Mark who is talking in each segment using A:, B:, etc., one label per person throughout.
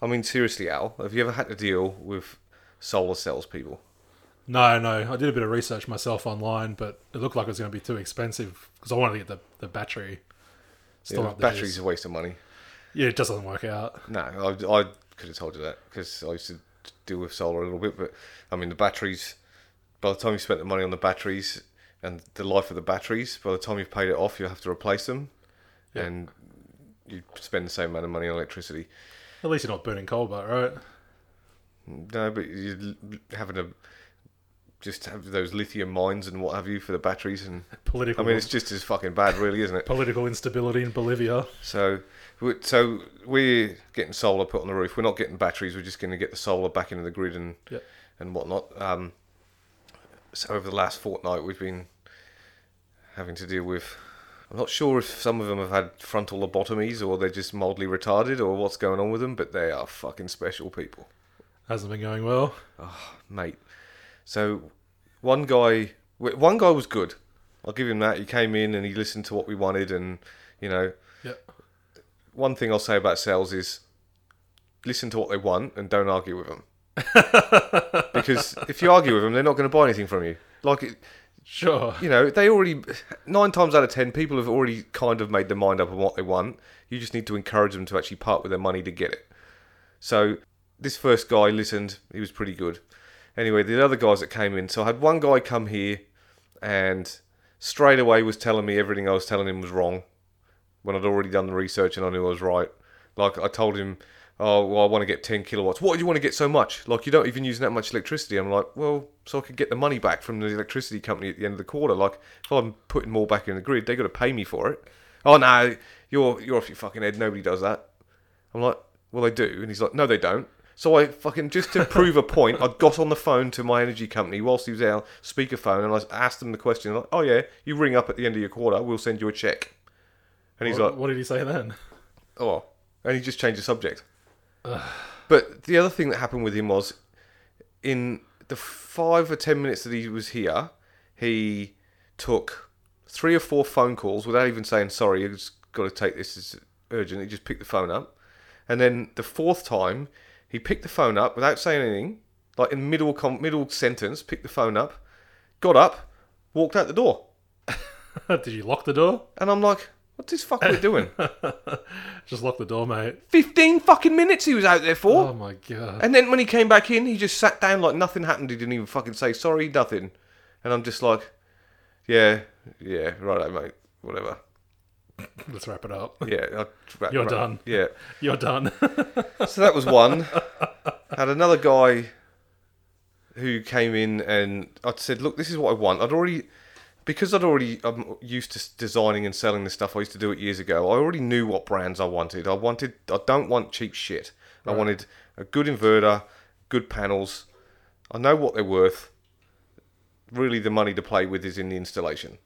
A: I mean, seriously, Al, have you ever had to deal with solar cells people?
B: No, no. I did a bit of research myself online, but it looked like it was going to be too expensive because I wanted to get the, the battery.
A: Yeah,
B: Still up there.
A: batteries are a waste of money.
B: Yeah, it just doesn't work out.
A: No, I, I could have told you that because I used to deal with solar a little bit, but I mean, the batteries, by the time you spent the money on the batteries and the life of the batteries, by the time you've paid it off, you have to replace them
B: Yeah.
A: and you spend the same amount of money on electricity.
B: At least you're not burning coal, but right?
A: No, but you're l- having to just have those lithium mines and what have you for the batteries, and I
B: Political
A: mean, it's just as fucking bad, really, isn't it?
B: political instability in Bolivia.
A: So, we- so we're getting solar put on the roof. We're not getting batteries. We're just going to get the solar back into the grid and
B: Yep.
A: and whatnot. Um, so over the last fortnight, we've been having to deal with. I'm not sure if some of them have had frontal lobotomies or they're just mildly retarded or what's going on with them, but they are fucking special people,
B: Hasn't been going well.
A: mate. So one guy, w- one guy was good. I'll give him that. He came in and he listened to what we wanted, and you know,
B: Yep.
A: one thing I'll say about sales is listen to what they want and don't argue with them. because if you argue with them, they're not going to buy anything from you. Like, it-
B: Sure.
A: you know, they already, nine times out of ten, people have already kind of made their mind up on what they want. You just need to encourage them to actually part with their money to get it. So this first guy listened, he was pretty good. Anyway, the other guys that came in, so I had one guy come here and straight away was telling me everything I was telling him was wrong when I'd already done the research and I knew I was right. Like I told him, oh, well, I want to get 10 kilowatts. What do you want to get so much? Like you don't even use that much electricity. I'm like, well, so I could get the money back from the electricity company at the end of the quarter. Like if I'm putting more back in the grid, they got to pay me for it. Oh no, you're you're off your fucking head. Nobody does that. I'm like, well, they do. And he's like, no, they don't. So I fucking, just to prove a point, I got on the phone to my energy company whilst he was out, speakerphone, and I asked them the question, like, oh yeah, you ring up at the end of your quarter, we'll send you a check. And he's like,
B: What, what did he say then?
A: Oh, and he just changed the subject. but the other thing that happened with him was, in the five or ten minutes that he was here, he took three or four phone calls without even saying sorry. I've just got to take this as urgent. He just picked the phone up, and then the fourth time, he picked the phone up without saying anything, like in middle com- middle sentence, picked the phone up, got up, walked out the door,
B: did you lock the door?
A: and I'm like, "What's this fucker doing?"
B: Just lock the door, mate.
A: Fifteen fucking minutes he was out there for.
B: Oh my god.
A: And then when he came back in, he just sat down like nothing happened. He didn't even fucking say sorry, nothing. And I'm just like, yeah, yeah, right, mate, whatever.
B: Let's wrap it up.
A: Yeah, I, right,
B: You're
A: right,
B: done.
A: Yeah.
B: You're done.
A: So that was one. Had another guy who came in and I said, look, this is what I want. I'd already, because I'd already, I'm used to s- designing and selling this stuff. I used to do it years ago. I already knew what brands I wanted. I wanted, I don't want cheap shit. I wanted a good inverter, good panels. I know what they're worth. Really, the money to play with is in the installation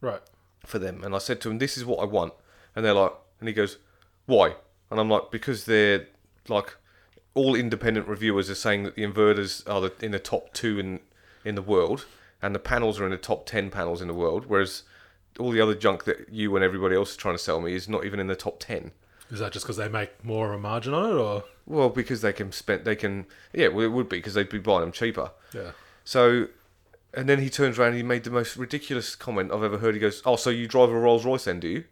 B: right.
A: for them. And I said to him, "This is what I want." And they're like, and he goes, "Why?" And I'm like, "Because they're like all independent reviewers are saying that the inverters are the, in the top two in in the world, and the panels are in the top ten panels in the world, whereas all the other junk that you and everybody else is trying to sell me is not even in the top ten.
B: Is that just because they make more of a margin on it, or
A: Well, because they can spend, they can, yeah, well, it would be because they'd be buying them cheaper."
B: yeah?
A: So, and then he turns around and he made the most ridiculous comment I've ever heard. He goes, "Oh, so you drive a Rolls Royce then, do you?"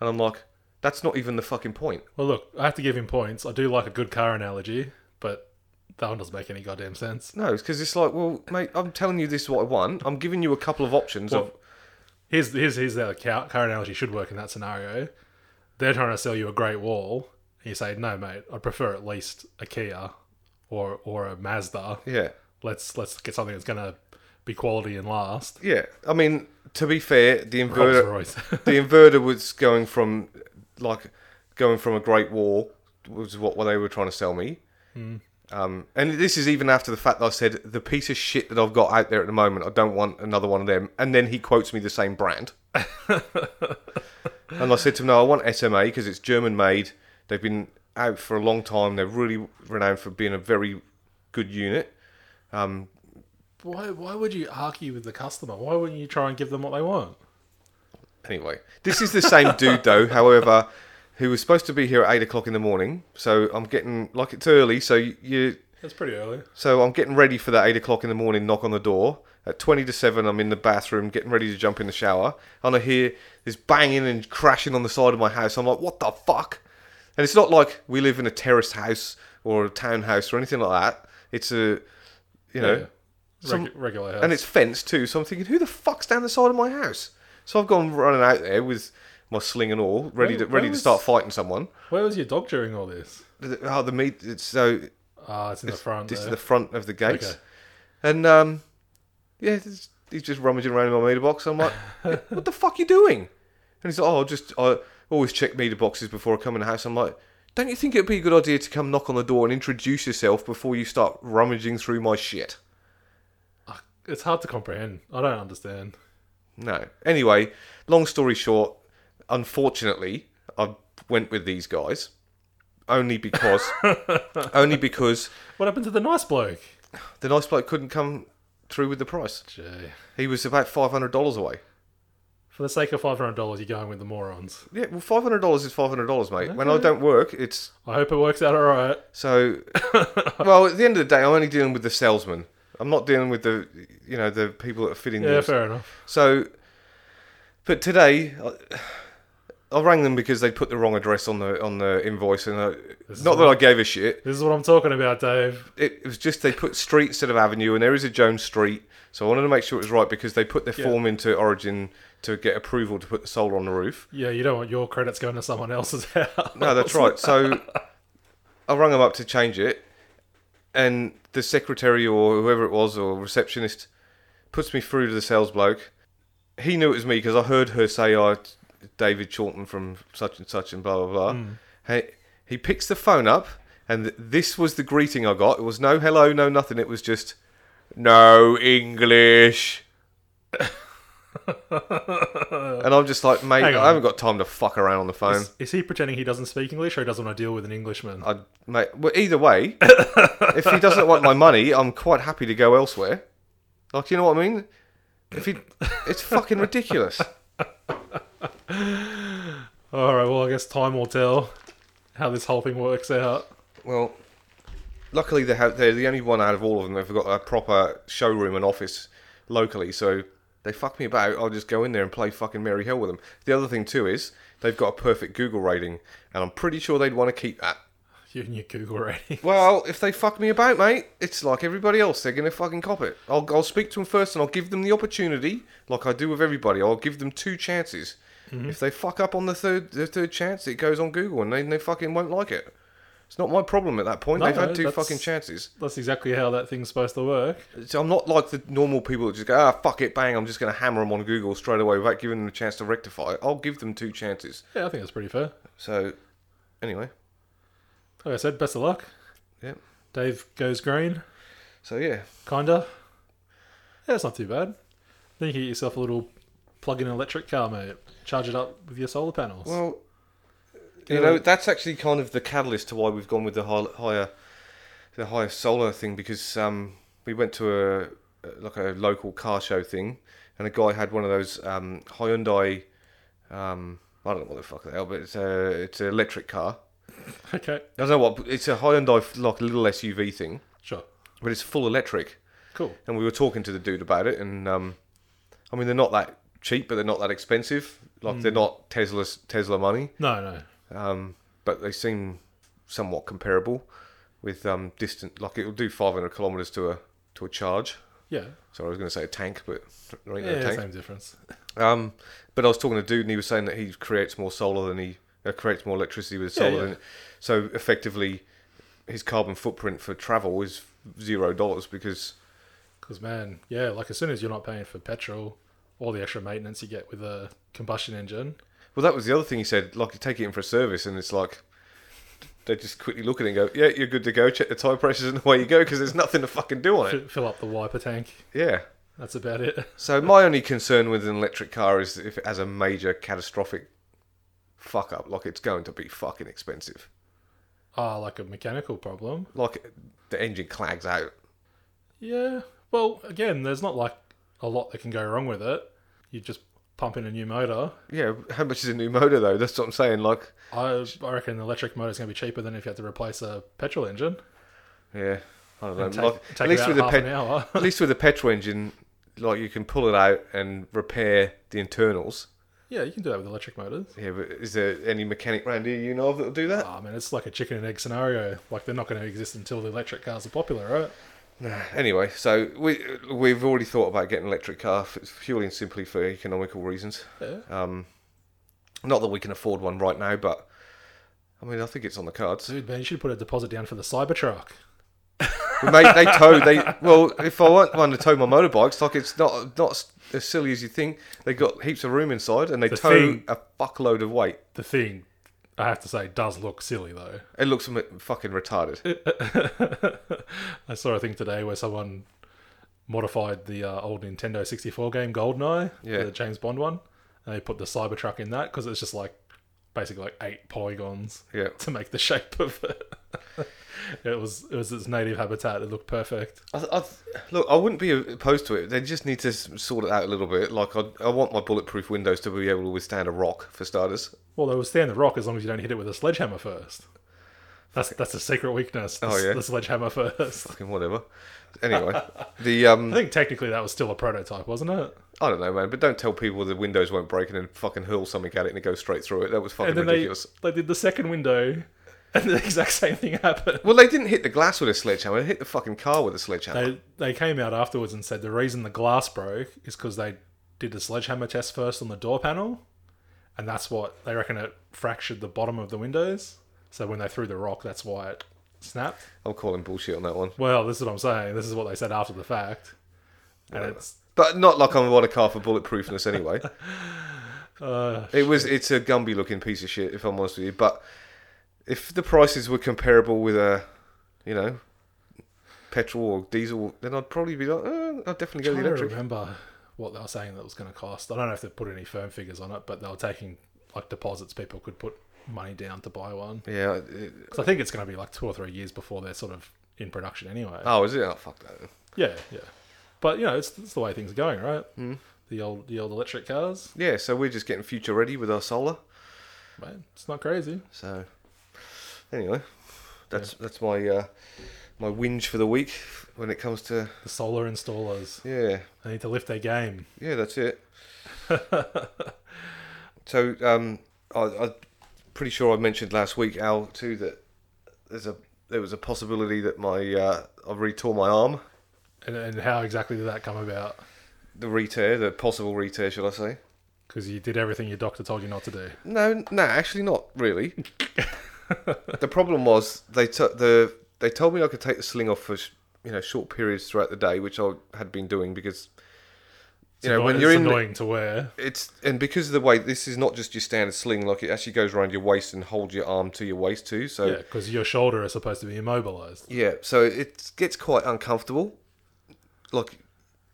A: And I'm like, "That's not even the fucking point."
B: Well, look, I have to give him points. I do like a good car analogy, but that one doesn't make any goddamn sense.
A: No, it's because it's like, well, mate, I'm telling you this is what I want. I'm giving you a couple of options. of,
B: Here's here's here's how the car, car analogy should work in that scenario. They're trying to sell you a great wall, and you say, "No, mate, I prefer at least a Kia or or a Mazda.
A: yeah,
B: Let's let's get something that's gonna be quality and last."
A: yeah. I mean, to be fair, the
B: Rolls
A: inverter,
B: Royce.
A: the inverter was going from like going from a great wall was what they were trying to sell me. Um, and this is even after the fact that I said the piece of shit that I've got out there at the moment, I don't want another one of them. And then he quotes me the same brand. and I said to him, "No, I want SMA because it's German made. They've been out for a long time. They're really renowned for being a very good unit."
B: why why would you argue with the customer? Why wouldn't you try and give them what they want?
A: Anyway, this is the same dude though. However, who was supposed to be here at eight o'clock in the morning. So I'm getting like it's early. So you,
B: That's pretty early.
A: so I'm getting ready for that eight o'clock in the morning knock on the door. At twenty to seven, I'm in the bathroom getting ready to jump in the shower, and I hear this banging and crashing on the side of my house. I'm like, what the fuck? And it's not like we live in a terraced house or a townhouse or anything like that. It's a, you know,
B: Yeah.
A: some-
B: Regu- regular house.
A: and it's fenced too. So I'm thinking, who the fuck's down the side of my house? So I've gone running out there with my sling and all, ready to
B: Where-
A: ready
B: where
A: to
B: was-
A: start fighting someone.
B: Where was your dog during all this?
A: The- Oh, the meat. It's so
B: Ah, it's in the front.
A: this is
B: there.
A: the front of the gates,
B: Okay.
A: and um, yeah, this- he's just rummaging around in my meter box. I'm like, what the fuck you doing? And he's like, oh, I'll just I always check meter boxes before I come in the house. I'm like, don't you think it'd be a good idea to come knock on the door and introduce yourself before you start rummaging through my shit?
B: Ah, It's hard to comprehend. I don't understand.
A: No. Anyway, long story short, unfortunately, I went with these guys only because only because
B: What happened to the nice bloke?
A: the nice bloke couldn't come through with the price.
B: Gee.
A: He was about five hundred dollars away.
B: For the sake of five hundred dollars, you're going with the morons.
A: Yeah, well, five hundred dollars is five hundred dollars, mate. When I don't work, it's
B: I hope it works out all right.
A: so. well, at the end of the day, I'm only dealing with the salesman. I'm not dealing with the you know the people that are fitting
B: Yeah,
A: the
B: fair enough.
A: So, but today, I, I rang them because they put the wrong address on the on the invoice, and I,
B: This is
A: not that I gave a shit.
B: This is what I'm talking about, Dave.
A: It, it was just they put street instead of avenue, and there is a Jones Street, so I wanted to make sure it was right because they put their
B: Yeah.
A: form into Origin to get approval to put the solar on the roof.
B: Yeah, you don't want your credits going to someone else's house.
A: No, that's right. So I rang them up to change it, and the secretary or whoever it was or receptionist puts me through to the sales bloke. He knew it was me because I heard her say, "I, David Chawton from such and such and blah blah blah."
B: Mm.
A: He he picks the phone up, and th- this was the greeting I got. It was no hello, no nothing. It was just no English. and I'm just like, mate,
B: Hang on.
A: I haven't got time to fuck around on the phone.
B: Is, is he pretending he doesn't speak English or he doesn't want to deal with an Englishman?
A: I'd mate. Well, either way, if he doesn't want my money, I'm quite happy to go elsewhere. Like, you know what I mean? If he, it's fucking ridiculous.
B: All right. Well, I guess time will tell how this whole thing works out.
A: Well, luckily they have. They're the only one out of all of them that've got a proper showroom and office locally. So they fuck me about. I'll just go in there and play fucking merry hell with them. The other thing too is they've got a perfect Google rating, and I'm pretty sure they'd want to keep that.
B: You and your Google rating.
A: Well, if they fuck me about, mate, it's like everybody else. They're going to fucking cop it. I'll, I'll speak to them first and I'll give them the opportunity, like I do with everybody. I'll give them two chances.
B: Mm-hmm.
A: If they fuck up on the third the third chance, it goes on Google and they, they fucking won't like it. It's not my problem at that point.
B: No,
A: They've had two
B: that's-
A: fucking chances.
B: That's exactly how that thing's supposed to work.
A: So I'm not like the normal people that just go, ah, fuck it, bang, I'm just going to hammer them on Google straight away without giving them a chance to rectify it. I'll give them two chances.
B: Yeah, I think that's pretty fair.
A: So, anyway,
B: Like I said, best of luck.
A: Yep.
B: Dave goes green,
A: so yeah.
B: kinda. Yeah, it's not too bad. Then you can get yourself a little plug-in electric car, mate. Charge it up with your solar panels.
A: Well,
B: Yeah.
A: you know that's actually kind of the catalyst to why we've gone with the high, higher, the higher solar thing because um, we went to a like a local car show thing, and a guy had one of those um, Hyundai. Um, I don't know what the fuck they are, but it's a it's an electric car.
B: okay,
A: I don't know what it's a Hyundai like a little SUV thing,
B: sure,
A: but it's full electric.
B: cool.
A: And we were talking to the dude about it, and um, I mean they're not that cheap, but they're not that expensive. Like they're not Tesla's Tesla money
B: No, no,
A: um, but they seem somewhat comparable with um, distant. Like it'll do 500 kilometers to a to a charge.
B: yeah,
A: So I was going to say a tank, but there ain't no
B: yeah,
A: tank.
B: same difference.
A: Um, but I was talking to a dude, and he was saying that he creates more solar than he uh, creates more electricity with
B: Yeah,
A: solar.
B: yeah.
A: Than, so effectively, his carbon footprint for travel is zero dollars because
B: Because man, yeah, like as soon as you're not paying for petrol, all the extra maintenance you get with a combustion engine.
A: Well, that was the other thing he said. Like, you take it in for a service, and it's like they just quickly look at it and go, "Yeah, you're good to go. Check the tire pressures, and away you go." Because there's nothing to fucking do on it.
B: Fi- Fill up the wiper tank.
A: Yeah.
B: That's about it.
A: So my only concern with an electric car is if it has a major catastrophic fuck up, like it's going to be fucking expensive.
B: Ah, like a mechanical problem.
A: Like the engine clags out.
B: Yeah. Well, again, there's not like a lot that can go wrong with it. You just pump in a new motor,
A: Yeah, how much is a new motor though? That's what I'm saying. Like,
B: I, I reckon the electric motor is going to be cheaper than if you had to replace a petrol engine.
A: yeah, I don't know.
B: Take,
A: like,
B: take
A: at least
B: about
A: with the
B: half
A: pet-
B: an hour.
A: at least with the petrol engine, like you can pull it out and repair the internals.
B: yeah, you can do that with electric motors.
A: Yeah, but is there any mechanic round here you know of that'll do that?
B: Ah, man, it's like a chicken and egg scenario. Like they're not going to exist until the electric cars are popular, right?
A: Anyway, so we we've already thought about getting an electric car f- purely and simply for economical reasons.
B: Yeah.
A: Um, not that we can afford one right now, but I mean, I think it's on the cards.
B: Dude, man, you should put a deposit down for the Cybertruck.
A: Well, mate, they tow. They well, if I want one to tow my motorbikes, like it's not not s- as silly as you think. They got heaps of room inside, and they
B: The
A: tow
B: thing-
A: a fuckload of weight.
B: The thing, I have to say, does look silly though.
A: It looks m- fucking retarded.
B: I saw a thing today where someone modified the uh, old Nintendo 64 game Goldeneye,
A: Yeah.
B: the James Bond one, and they put the Cybertruck in that because it's just like basically like eight polygons
A: Yeah,
B: to make the shape of it. it was it was its native habitat. It looked perfect.
A: I, th- I, th- look, I wouldn't be opposed to it. They just need to s- sort it out a little bit. Like I, I want my bulletproof windows to be able to withstand a rock for starters.
B: Well, they will stay on the rock as long as you don't hit it with a sledgehammer first. That's that's a secret weakness. The,
A: Oh, yeah?
B: the sledgehammer first.
A: Fucking whatever. Anyway, the um,
B: I think technically that was still a prototype, wasn't it?
A: I don't know, man. But don't tell people the windows won't break and then fucking hurl something at it and it goes straight through it. That was fucking
B: And then
A: ridiculous.
B: they they did the second window, and the exact same thing happened.
A: Well, they didn't hit the glass with a sledgehammer. They hit the fucking car with a sledgehammer.
B: They they came out afterwards and said the reason the glass broke is because they did the sledgehammer test first on the door panel, and that's what they reckon it fractured the bottom of the windows. So when they threw the rock, that's why it snapped.
A: I'm calling bullshit on that one.
B: Well, this is what I'm saying. This is what they said after the fact, and it's
A: But not like I'm on a car for bulletproofness anyway.
B: uh,
A: it was it's a Gumby looking piece of shit if I'm honest with you. But if the prices were comparable with a, you know, petrol or diesel, then I'd probably be like, eh, I'd definitely go
B: I
A: the
B: don't
A: electric.
B: remember what they were saying that was going to cost. I don't know if they put any firm figures on it, but they were taking like deposits. People could put money down to buy one
A: Yeah. it-
B: because I think it's going to be like two or three years before they're sort of in production anyway.
A: oh, is it? Oh, fuck that.
B: Yeah, yeah. But you know, it's, it's the way things are going, right? Mm. The old the old electric cars,
A: Yeah. So we're just getting future ready with our solar.
B: man. It's not crazy.
A: So anyway, that's that's my uh, my whinge for the week when it comes to
B: The solar installers
A: yeah
B: they need to lift their game.
A: yeah that's it. so um, I, I'm pretty sure I mentioned last week Al too that there's a there was a possibility that my uh, I re-tore my arm,
B: And, and how exactly did that come about?
A: the re-tear, the possible re-tear, should I say?
B: Because you did everything your doctor told you not to do.
A: No, no, actually not really. the problem was they took the they told me I could take the sling off for sh- you know short periods throughout the day, which I had been doing because
B: It's
A: you know when
B: annoying-
A: you're
B: it's
A: in
B: annoying to wear.
A: it's and because of the way this is not just your standard sling, like it actually goes around your waist and holds your arm to your waist too. So
B: Yeah, because your shoulder is supposed to be immobilized.
A: yeah, so it gets quite uncomfortable. Like,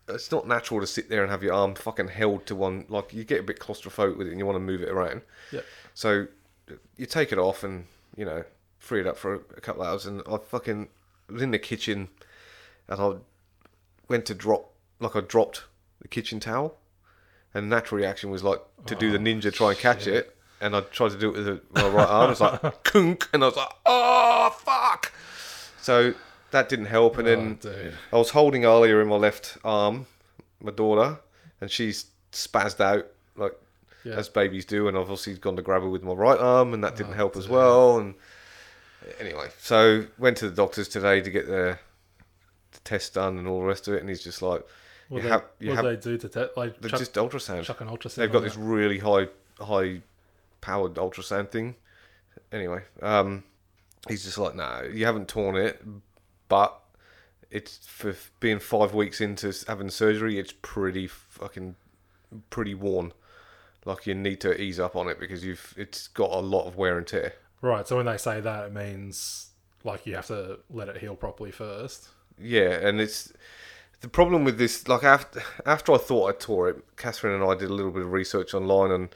A: it's not natural to sit there and have your arm fucking held to one. Like, you get a bit claustrophobic with it and you want to move it around.
B: Yep.
A: So, you take it off and, you know, free it up for a, a couple hours. And I fucking was in the kitchen and I went to drop, like, I dropped the kitchen towel. And the natural reaction was, like, to do the
B: Oh,
A: ninja, try and catch it. And I tried to do it with the, my right arm. It's like, kunk. And I was like, oh, fuck. So that didn't help. And then
B: Oh, dude.
A: I was holding Alia in my left arm, my daughter, and she's spazzed out like
B: Yeah.
A: as babies do. And I've obviously gone to grab her with my right arm, and that
B: Oh,
A: didn't help as well. And anyway, so went to the doctors today to get the, the test done and all the rest of it. And he's just like,
B: What
A: you
B: they,
A: have, you
B: what
A: have,
B: they do to te- like
A: they're
B: chuck,
A: just ultrasound.
B: chuck an ultrasound?
A: They've got
B: on
A: this
B: that.
A: really high, high powered ultrasound thing. Anyway, um, he's just like, no, you haven't torn it, but it's for f- being five weeks into s- having surgery, it's pretty fucking, pretty worn. Like you need to ease up on it because you've it's got a lot of wear and tear.
B: right. So when they say that, it means like you have to let it heal properly first.
A: Yeah, and it's the problem with this. Like after after I thought I tore it, Catherine and I did a little bit of research online, and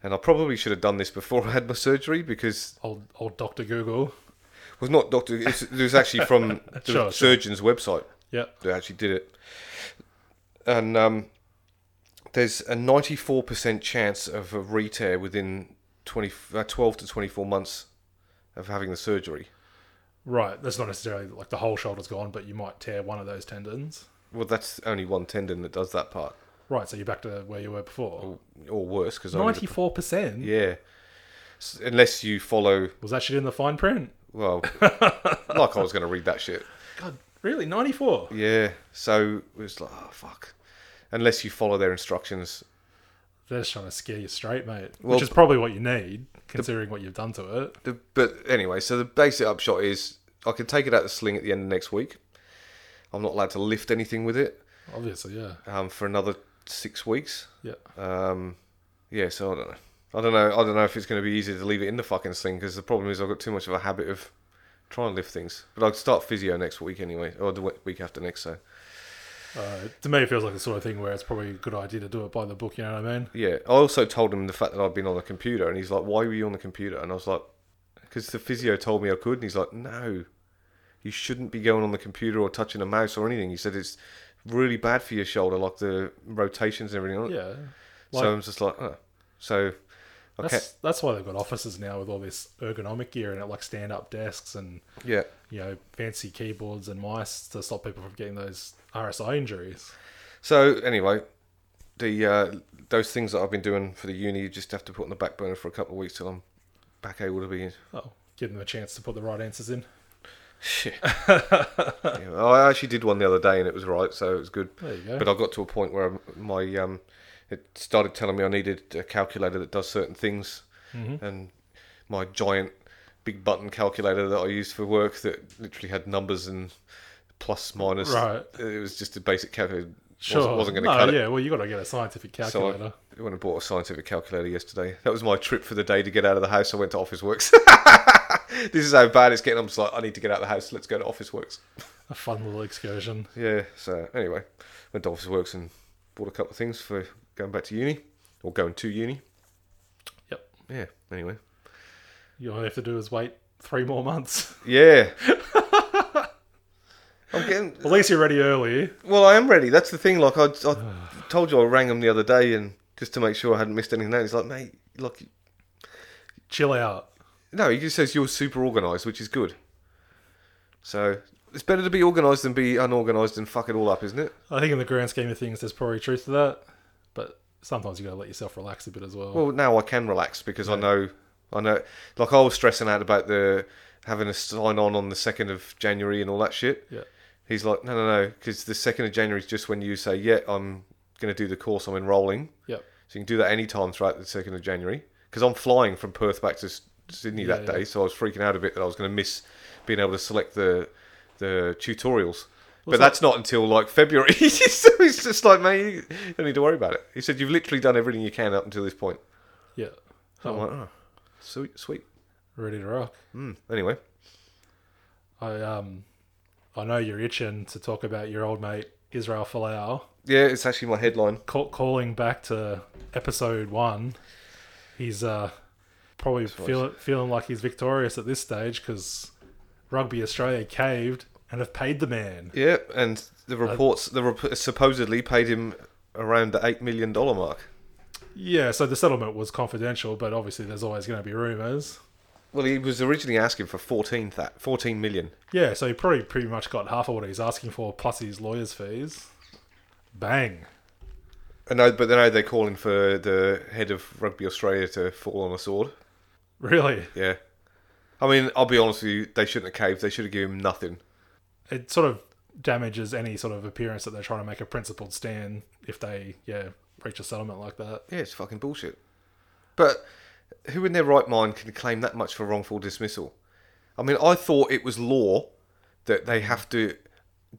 A: and I probably should have done this before I had my surgery because
B: Old old Doctor Google.
A: was not doctor. It's, it was actually from the
B: Sure, sure.
A: surgeon's website
B: Yep.
A: that actually did it, and um, there's a 94% chance of a re tear within 20, uh, 12 to 24 months of having the surgery.
B: Right, that's not necessarily like the whole shoulder's gone, but you might tear one of those tendons.
A: Well, that's only one tendon that does that part,
B: Right, so you're back to where you were
A: Oh,
B: before.
A: or worse, because
B: Ninety-four percent.
A: yeah, S- unless you follow.
B: Was that shit in the fine print?
A: Well, like I was going to read that shit.
B: God, really? Ninety-four?
A: Yeah, so it was like, oh fuck, unless you follow their instructions.
B: They're just trying to scare you straight, mate.
A: Well,
B: Which is probably what you need, considering what you've done to it.
A: The, but anyway, so the basic upshot is I can take it out the sling at the end of next week. I'm not allowed to lift anything with it
B: Obviously, yeah,
A: um, for another six weeks.
B: yeah.
A: Um, yeah, so I don't know. I don't know. I don't know if it's going to be easy to leave it in the fucking sling because the problem is I've got too much of a habit of trying to lift things. But I'll start physio next week anyway, or the we- week after next. So
B: Uh, to me, it feels like the sort of thing where it's probably a good idea to do it by the book. You know what I mean?
A: yeah, I also told him the fact that I've been on the computer, and he's like, "Why were you on the computer?" And I was like, "Because the physio told me I could," and he's like, "No, you shouldn't be going on the computer or touching a mouse or anything." He said it's really bad for your shoulder, like the rotations and everything.
B: Yeah. Like,
A: so I'm just like, oh. so I
B: that's that's why they've got offices now with all this ergonomic gear and it, like stand-up desks and
A: can't- yeah.
B: you know fancy keyboards and mice to stop people from getting those RSI injuries.
A: So anyway, the uh, those things that I've been doing for the uni, you just have to put on the back burner for a couple of weeks till I'm back able to be.
B: Oh, give them a chance to put the right answers in.
A: Shit. Yeah, I actually did one the other day and it was right, so it was good.
B: There you go.
A: But I got to a point where my um, it started telling me I needed a calculator that does certain things,
B: Mm-hmm.
A: and my giant big button calculator that I used for work that literally had numbers and plus minus.
B: Right.
A: It was just a basic calculator.
B: Sure.
A: Wasn't, wasn't going to
B: no,
A: cut it.
B: yeah. Well, you got to get a scientific
A: So
B: calculator.
A: I went and bought a scientific calculator yesterday. That was my trip for the day to get out of the house. I went to Office Works. this is how bad it's getting. I'm just like, I need to get out of the house. Let's go to Office Works.
B: a fun little excursion.
A: Yeah. So anyway, went to Office Works and bought a couple of things for going back to uni or going to uni.
B: Yep.
A: Yeah. Anyway.
B: You all you have to do is wait three more months.
A: Yeah. I'm getting.
B: At least you're ready early.
A: Well, I am ready. That's the thing. Like I, I told you, I rang him the other day and just to make sure I hadn't missed anything. Out. He's like, mate, look.
B: Chill out.
A: No, he just says you're super organised, which is good. So it's better to be organised than be unorganised and fuck it all up, isn't it?
B: I think in the grand scheme of things, there's probably truth to that. But sometimes you got to let yourself relax a bit as well.
A: Well, now I can relax because I know, I know. Like I was stressing out about the having a sign on on the second of January and all that shit.
B: Yeah.
A: He's like, no, no, no, because the second of January is just when you say, yeah, I'm going to do the course. I'm enrolling,
B: Yep.
A: so you can do that any time throughout the second of January. Because I'm flying from Perth back to S- Sydney
B: Yeah,
A: that
B: yeah.
A: day, so I was freaking out a bit that I was going to miss being able to select the the tutorials. but
B: so-
A: that's not until like February. so it's just like, mate, you don't need to worry about it. He said, you've literally done everything you can up until this point.
B: Yeah.
A: So I'm
B: Oh,
A: like, oh, sweet, sweet.
B: ready to rock.
A: Mm. Anyway,
B: I um, I know you're itching to talk about your old mate Israel Folau
A: yeah, it's actually my headline.
B: call, calling back to episode one. He's uh, probably feel, feeling like he's victorious at this stage because Rugby Australia caved and have paid the man.
A: Yeah, and the reports, the rep- supposedly paid him around the eight million dollar mark.
B: Yeah, so the settlement was confidential, but obviously there's always going to be rumors.
A: Well, he was originally asking for fourteen that fourteen million.
B: Yeah, so he probably pretty much got half of what he's asking for, plus his lawyer's fees. Bang.
A: And now, but now they're calling for the head of Rugby Australia to fall on a sword.
B: Really?
A: Yeah, I mean, I'll be honest with you, they shouldn't have caved. They should have given him nothing.
B: It sort of damages any sort of appearance that they're trying to make a principled stand if they, yeah, reach a settlement like that.
A: Yeah, it's fucking bullshit. But who in their right mind can claim that much for wrongful dismissal? I mean, I thought it was law that they have to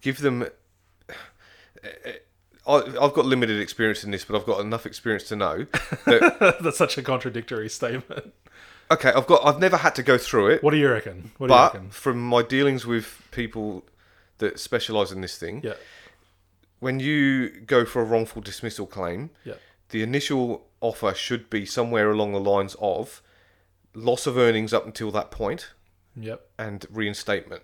A: give them. I- I've got limited experience in this, but I've got enough experience to know that.
B: That's such a contradictory statement.
A: okay, I've got. I've never had to go through it,
B: What do you reckon? What do you reckon?
A: but from my dealings with people that specialise in this thing,
B: Yeah,
A: when you go for a wrongful dismissal claim,
B: yeah.
A: the initial offer should be somewhere along the lines of loss of earnings up until that point
B: Yep.
A: and reinstatement.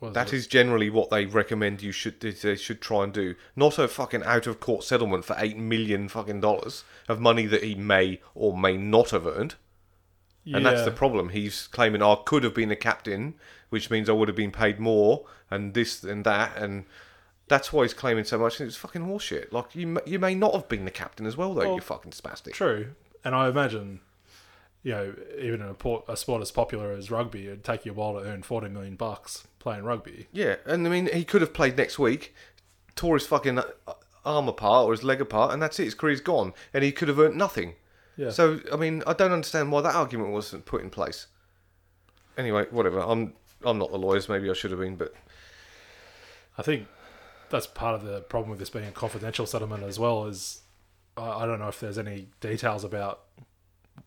B: what
A: That
B: it?
A: is generally what they recommend you should they should try and do. Not a fucking out of court settlement for eight million fucking dollars of money that he may or may not have earned. And that's
B: Yeah.
A: the problem. He's claiming I could have been a captain, which means I would have been paid more, and this and that, and that's why he's claiming so much. And it's fucking horseshit. Like you, m- you may not have been the captain as well, though.
B: Well,
A: you fucking spastic.
B: True, and I imagine, you know, even in a, port, a sport as popular as rugby, it'd take you a while to earn forty million bucks playing rugby.
A: Yeah, and I mean he could have played next week, tore his fucking uh, arm apart or his leg apart, and that's it. His career's gone, and he could have earned nothing.
B: Yeah.
A: So I mean, I don't understand why that argument wasn't put in place. Anyway, whatever. I'm I'm not the lawyers. Maybe I should have been, but
B: I think that's part of the problem with this being a confidential settlement as well. Is I, I don't know if there's any details about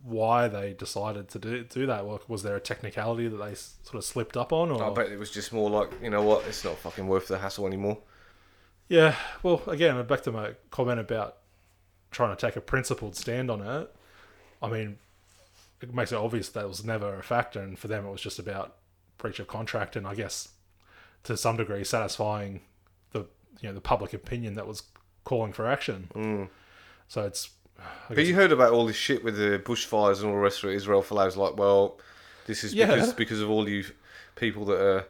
B: why they decided to do do that. Like, was there a technicality that they s- sort of slipped up on, or
A: I bet it was just more like you know what, it's not fucking worth the hassle anymore.
B: Yeah, well, again, back to my comment about trying to take a principled stand on it. I mean, it makes it obvious that was never a factor, and for them, it was just about breach of contract, and I guess to some degree satisfying the you know the public opinion that was calling for action. So it's I
A: But
B: guess,
A: you heard about all this shit with the bushfires and all the rest of it. Israel Folau's like, well, this is
B: Yeah.
A: because because of all you people that are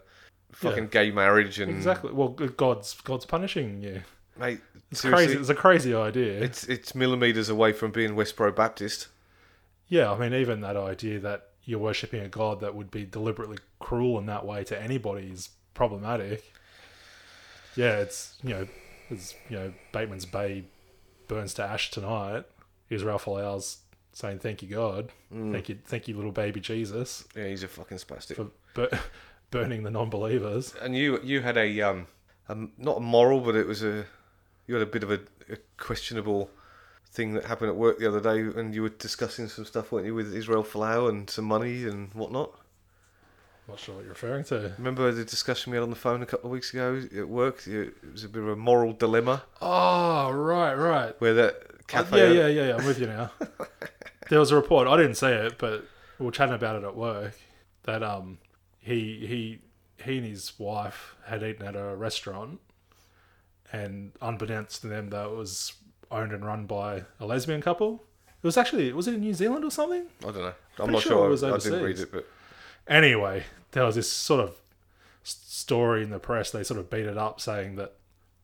A: fucking gay marriage and
B: exactly. Well, God's God's punishing you.
A: mate.
B: It's
A: seriously,
B: crazy. It's a crazy idea.
A: It's it's millimeters away from being Westboro Baptist.
B: Yeah, I mean, even that idea that you're worshipping a god that would be deliberately cruel in that way to anybody is problematic. Yeah, it's you know, it's you know, Bateman's Bay burns to ash tonight. Israel Folau's saying, "Thank you, God. Thank you, thank you, little baby Jesus,
A: Yeah, he's a fucking spastic.
B: for bur- burning the non-believers."
A: And you you had a um, a, not a moral, but it was a you had a bit of a, a questionable thing that happened at work the other day, and you were discussing some stuff, weren't you, with Israel Folau and some money and whatnot.
B: Not sure what you're referring to.
A: Remember the discussion we had on the phone a couple of weeks ago at work? It was a bit of a moral dilemma
B: Oh, right, right.
A: where that
B: Uh,
A: cafe.
B: yeah, yeah, yeah, yeah. I'm with you now. there was a report. I didn't see it, but we were chatting about it at work. That um, he he he and his wife had eaten at a restaurant, and unbeknownst to them, that was owned and run by a lesbian couple. It was actually was it in New Zealand or something?
A: I don't know. I'm
B: Pretty
A: not
B: sure
A: sure.
B: it was
A: I, I didn't read
B: overseas.
A: it, but
B: Anyway, there was this sort of s- story in the press. They sort of beat it up, saying that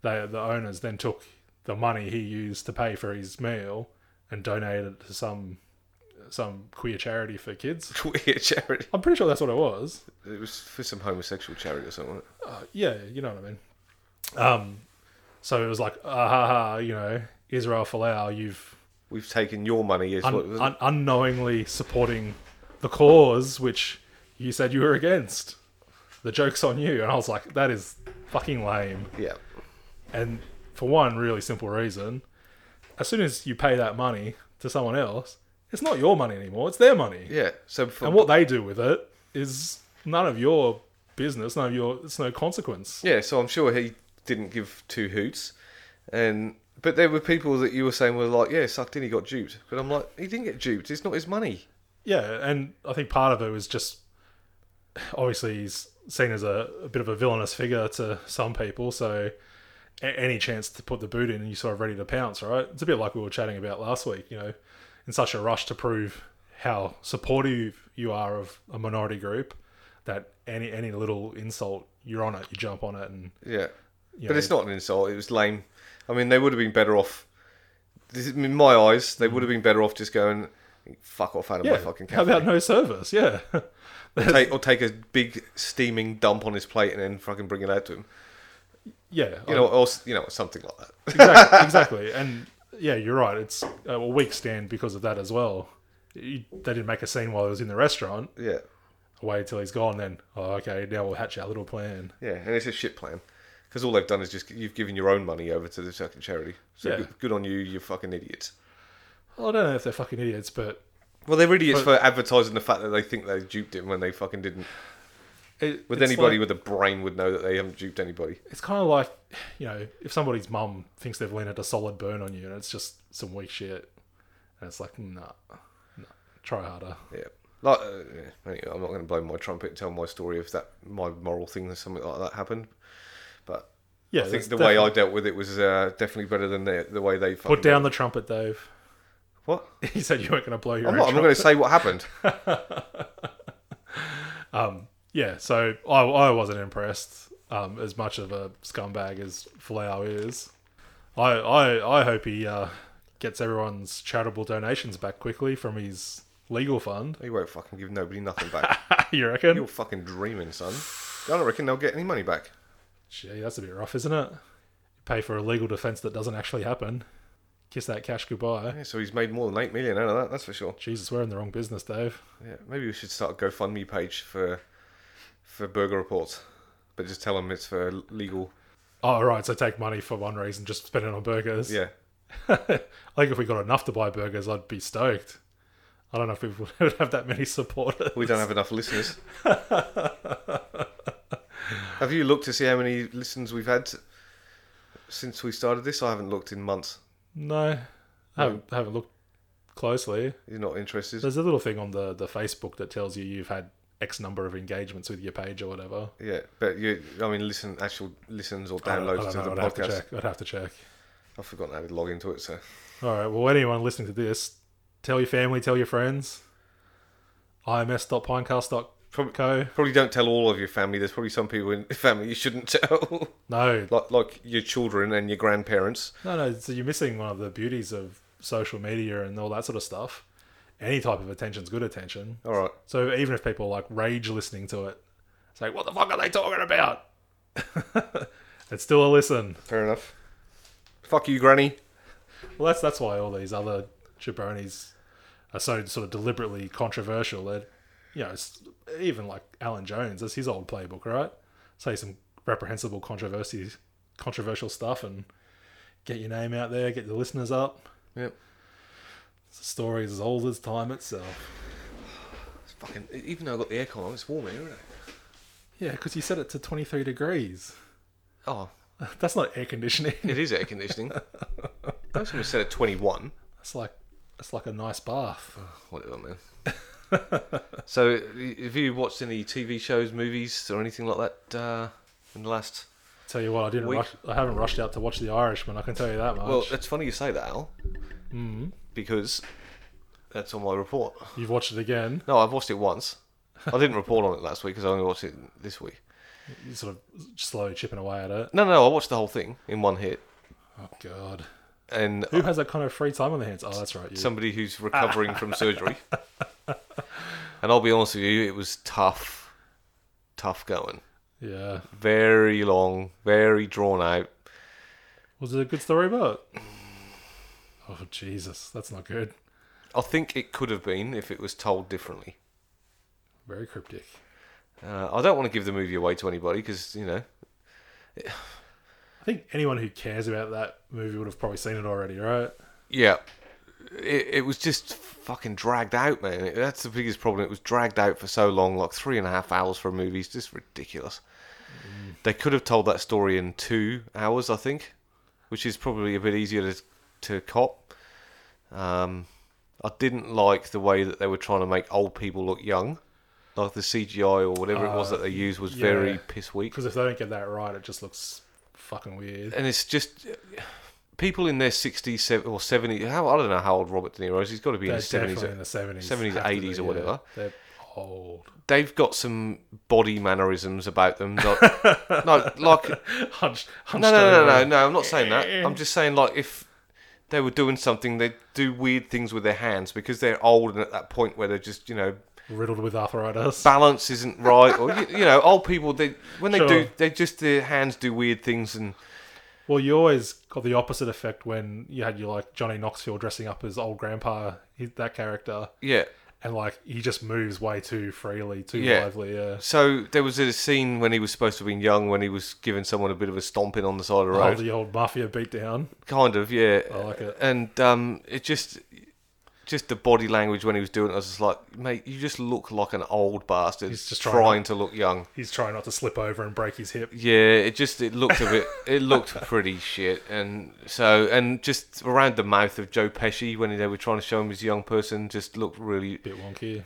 B: they, the owners then took the money he used to pay for his meal and donated it to some some queer charity for kids.
A: queer charity.
B: I'm pretty sure that's what it was.
A: It was for some homosexual charity or something. wasn't it?
B: Uh, yeah, you know what I mean. Um, so it was like, ah, ha, ha, you know, Israel Folau, you've
A: We've taken your money. Is
B: un-
A: what it was
B: un- unknowingly supporting the cause which you said you were against. The joke's on you. And I was like, that is fucking lame.
A: Yeah.
B: And for one really simple reason, as soon as you pay that money to someone else, it's not your money anymore, it's their money.
A: Yeah. So for,
B: And what they do with it is none of your business, none of your, it's no consequence.
A: Yeah, so I'm sure he didn't give two hoots. And but there were people that you were saying were like, Yeah, sucked in, he got duped. But I'm like, he didn't get duped, it's not his money.
B: Yeah, and I think part of it was just obviously he's seen as a, a bit of a villainous figure to some people, so a- any chance to put the boot in, you're sort of ready to pounce, right? It's a bit like we were chatting about last week, you know, in such a rush to prove how supportive you are of a minority group that any any little insult, you're on it, you jump on it, and
A: Yeah.
B: you
A: But
B: know,
A: it's not an insult, it was lame. I mean they would have been better off this- in my eyes, they would have been better off just going fuck off out of
B: yeah.
A: my fucking
B: How
A: cafe.
B: about no service? Yeah,
A: or, take, or take a big steaming dump on his plate and then fucking bring it out to him.
B: yeah.
A: You know, or s- you know, something like that.
B: exactly, exactly. And yeah, you're right. It's a weak stand because of that as well. You- They didn't make a scene while he was in the restaurant.
A: Yeah.
B: Wait till he's gone, then oh, okay, now we'll hatch our little plan.
A: Yeah, and it's a shit plan. Because all they've done is just you've given your own money over to the fucking charity. So
B: Yeah.
A: good, good on you, you fucking idiots.
B: Well, I don't know if they're fucking idiots, but
A: Well, they're idiots for advertising the fact that they think they duped him when they fucking didn't.
B: it,
A: With
B: it's
A: anybody
B: like-
A: with a brain would know that they haven't duped anybody.
B: it's kind of like you know, if somebody's mum thinks they've landed a solid burn on you, and it's just some weak shit, and it's like, nah, nah try harder.
A: Yeah. Like, uh, yeah, anyway, I'm not going to blow my trumpet and tell my story of that my moral thing or something like that happened. But
B: Yeah,
A: I think the way I dealt with it was uh, definitely better than the, the way they fucking
B: put down the trumpet, Dave.
A: What?
B: He said you weren't going to blow your
A: I'm
B: own
A: not, I'm not
B: trumpet.
A: going to say what happened.
B: Yeah, so I, I wasn't impressed. Um, as much of a scumbag as Flau is, I I, I hope he uh, gets everyone's charitable donations back quickly from his legal fund.
A: He won't fucking give nobody nothing back.
B: you reckon?
A: You're fucking dreaming, son. I don't reckon they'll get any money back.
B: Gee, that's a bit rough, isn't it? You pay for a legal defense that doesn't actually happen. Kiss that cash goodbye.
A: Yeah, so he's made more than eight million out of that. That's for sure.
B: Jesus, we're in the wrong business, Dave.
A: Yeah, maybe we should start a GoFundMe page for for burger reports, but just tell them it's for legal.
B: Oh, right, so take money for one reason, just spend it on burgers.
A: Yeah,
B: I think if we got enough to buy burgers, I'd be stoked. I don't know if we would have that many supporters.
A: we don't have enough listeners. have you looked to see how many listens we've had since we started this? I haven't looked in months.
B: No, I haven't, haven't looked closely.
A: You're not interested.
B: There's a little thing on the, the Facebook that tells you you've had X number of engagements with your page or whatever.
A: Yeah, but you, I mean, listen, actual listens or
B: I don't- I
A: downloads
B: don't
A: to
B: know,
A: the
B: I'd have to
A: podcast.
B: check. I'd have to check.
A: I've forgotten how to log into it, so
B: All right. Well, anyone listening to this, tell your family, tell your friends.
A: Probably-
B: IMS.pinecast.co.
A: probably don't tell all of your family. There's probably some people in family you shouldn't tell,
B: No,
A: like like your children and your grandparents.
B: no, no. So you're missing one of the beauties of social media and all that sort of stuff. Any type of attention's good attention.
A: All right.
B: So even if people like rage listening to it, it's like, what the fuck are they talking about? it's still a listen.
A: Fair enough. Fuck you, Granny.
B: Well, that's that's why all these other jabronis are so sort of deliberately controversial. That you know, it's, even like Alan Jones, that's his old playbook, right? Say some reprehensible controversy, controversial stuff, and get your name out there, get the listeners up.
A: Yep.
B: It's a story as old as time itself.
A: It's fucking. Even though I got the aircon on, it's warm here, isn't it?
B: Yeah, because you set it to twenty three degrees.
A: Oh,
B: That's not air conditioning.
A: it is air conditioning. That's when we set at twenty-one.
B: It's like it's like a nice bath.
A: Whatever, man. so, have you watched any TV shows, movies, or anything like that uh, in the last?
B: Tell you what, I didn't.
A: We-
B: Rush, I haven't rushed out to watch The Irishman. I can tell you that much.
A: Well, it's funny you say that, Al,
B: Mm-hmm.
A: because that's on my report.
B: You've watched it again.
A: No, I've watched it once. I didn't report on it last week because I only watched it this week.
B: You're sort of slowly chipping away at it.
A: No, no, I watched the whole thing in one hit,
B: Oh God,
A: and
B: who has that kind of free time on their hands? Oh, that's right. You.
A: somebody who's recovering from surgery. And I'll be honest with you, it was tough, tough going.
B: yeah.
A: Very long, very drawn out.
B: Was it a good story about? it? Oh Jesus, that's not good.
A: I think it could have been if it was told differently.
B: Very cryptic.
A: Uh, I don't want to give the movie away to anybody because you know
B: I think anyone who cares about that movie would have probably seen it already, right?
A: Yeah. It, it was just fucking dragged out, man. It- that's the biggest problem. It was dragged out for so long, like three and a half hours for a movie. It's just ridiculous.
B: Mm.
A: They could have told that story in two hours, I think, which is probably a bit easier to, to cop. Um, I didn't like the way that they were trying to make old people look young. Like the CGI or whatever it was
B: Uh,
A: that they used was
B: yeah.
A: very piss weak
B: Because if they don't get that right, it just looks fucking weird.
A: and it's just people in their 60s sev- or 70s how, I don't know how old Robert De Niro is he's got to be in
B: They're
A: his 70s
B: definitely in the seventies,
A: 70s, 80s uh, or whatever.
B: They're old.
A: they've got some body mannerisms about them that, no like
B: Hunch, hunched
A: no no no no
B: over.
A: no I'm not saying that I'm just saying like if they were doing something they do weird things with their hands because they're old and at that point where they're just you know
B: Riddled with arthritis.
A: balance isn't right or you, you know old people they when they do
B: Sure.
A: they just their hands do weird things and
B: Well, you always got the opposite effect when you had your like Johnny Knoxville dressing up as old grandpa, he, that character,
A: yeah
B: and like he just moves way too freely, too
A: Yeah.
B: lively. Yeah,
A: So there was a scene when he was supposed to be young, when he was giving someone a bit of a stomping on the side of the
B: Oh,
A: road,
B: the old mafia beatdown.
A: kind of, yeah.
B: I like it.
A: And um, it just, just the body language when he was doing it, I was just like, mate, you just look like an old bastard.
B: He's just
A: trying,
B: trying
A: to look young.
B: He's trying not to slip over and break his hip.
A: Yeah, it just it looked a bit, it looked pretty shit, and so and just around the mouth of Joe Pesci when they were trying to show him as a young person, just looked really
B: Bit wonky.